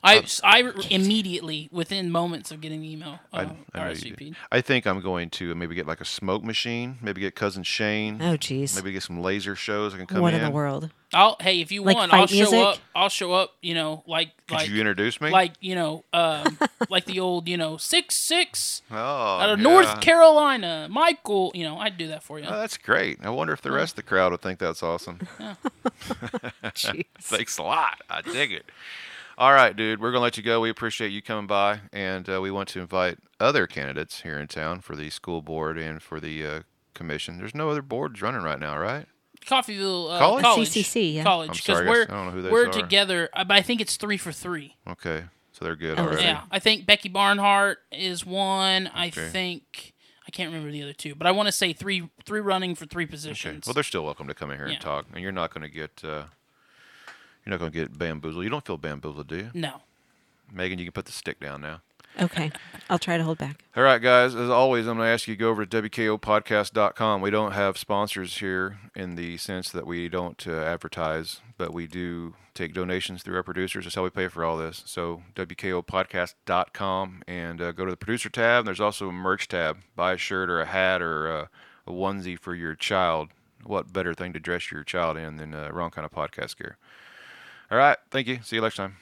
Speaker 3: I, I immediately, within moments of getting the email, uh,
Speaker 2: I, know you
Speaker 3: RSVP'd.
Speaker 2: do. I think I'm going to maybe get like a smoke machine. Maybe get cousin Shane.
Speaker 4: Oh, jeez.
Speaker 2: Maybe get some laser shows. I can come
Speaker 4: What
Speaker 2: in.
Speaker 4: in the world?
Speaker 3: I'll, hey, if you
Speaker 4: Like
Speaker 3: want,
Speaker 4: fight
Speaker 3: I'll show
Speaker 4: music?
Speaker 3: up. I'll show up. You know, like
Speaker 2: Could
Speaker 3: like
Speaker 2: you introduce me?
Speaker 3: like you know, um, like the old you know six six
Speaker 2: oh,
Speaker 3: out of
Speaker 2: yeah.
Speaker 3: North Carolina, Michael. You know, I'd do that for you.
Speaker 2: Oh, that's great. I wonder if the rest of the crowd would think that's awesome.
Speaker 4: Jeez.
Speaker 2: Thanks a lot. I dig it. All right, dude. We're gonna let you go. We appreciate you coming by, and uh, we want to invite other candidates here in town for the school board and for the uh, commission. There's no other boards running right now, right?
Speaker 3: Coffeeville uh,
Speaker 2: College?
Speaker 3: college,
Speaker 4: CCC, yeah.
Speaker 3: college,
Speaker 2: I'm
Speaker 3: because
Speaker 2: sorry, I
Speaker 3: we're
Speaker 2: guess- I don't know who those
Speaker 3: we're
Speaker 2: are.
Speaker 3: together. uh, But I think it's three for three.
Speaker 2: Okay, so they're good
Speaker 4: Oh,
Speaker 2: already.
Speaker 3: Yeah, I think Becky Barnhart is one. I
Speaker 2: Okay.
Speaker 3: think I can't remember the other two, but I want to say three three running for three
Speaker 2: Okay.
Speaker 3: positions.
Speaker 2: Well, they're still welcome to come in here
Speaker 3: Yeah.
Speaker 2: and talk, and you're not going to get uh, you're not going to get bamboozled. You don't feel bamboozled, do you,
Speaker 3: no.
Speaker 2: Megan? You can put the stick down now.
Speaker 4: Okay. I'll try to hold back.
Speaker 2: All right, guys. As always, I'm going to ask you to go over to wkopodcast.com. We don't have sponsors here in the sense that we don't uh, advertise, but we do take donations through our producers. That's how we pay for all this. So wkopodcast.com and uh, go to the producer tab. There's also a merch tab. Buy a shirt or a hat or uh, a onesie for your child. What better thing to dress your child in than uh, wrong kind of podcast gear? All right. Thank you. See you next time.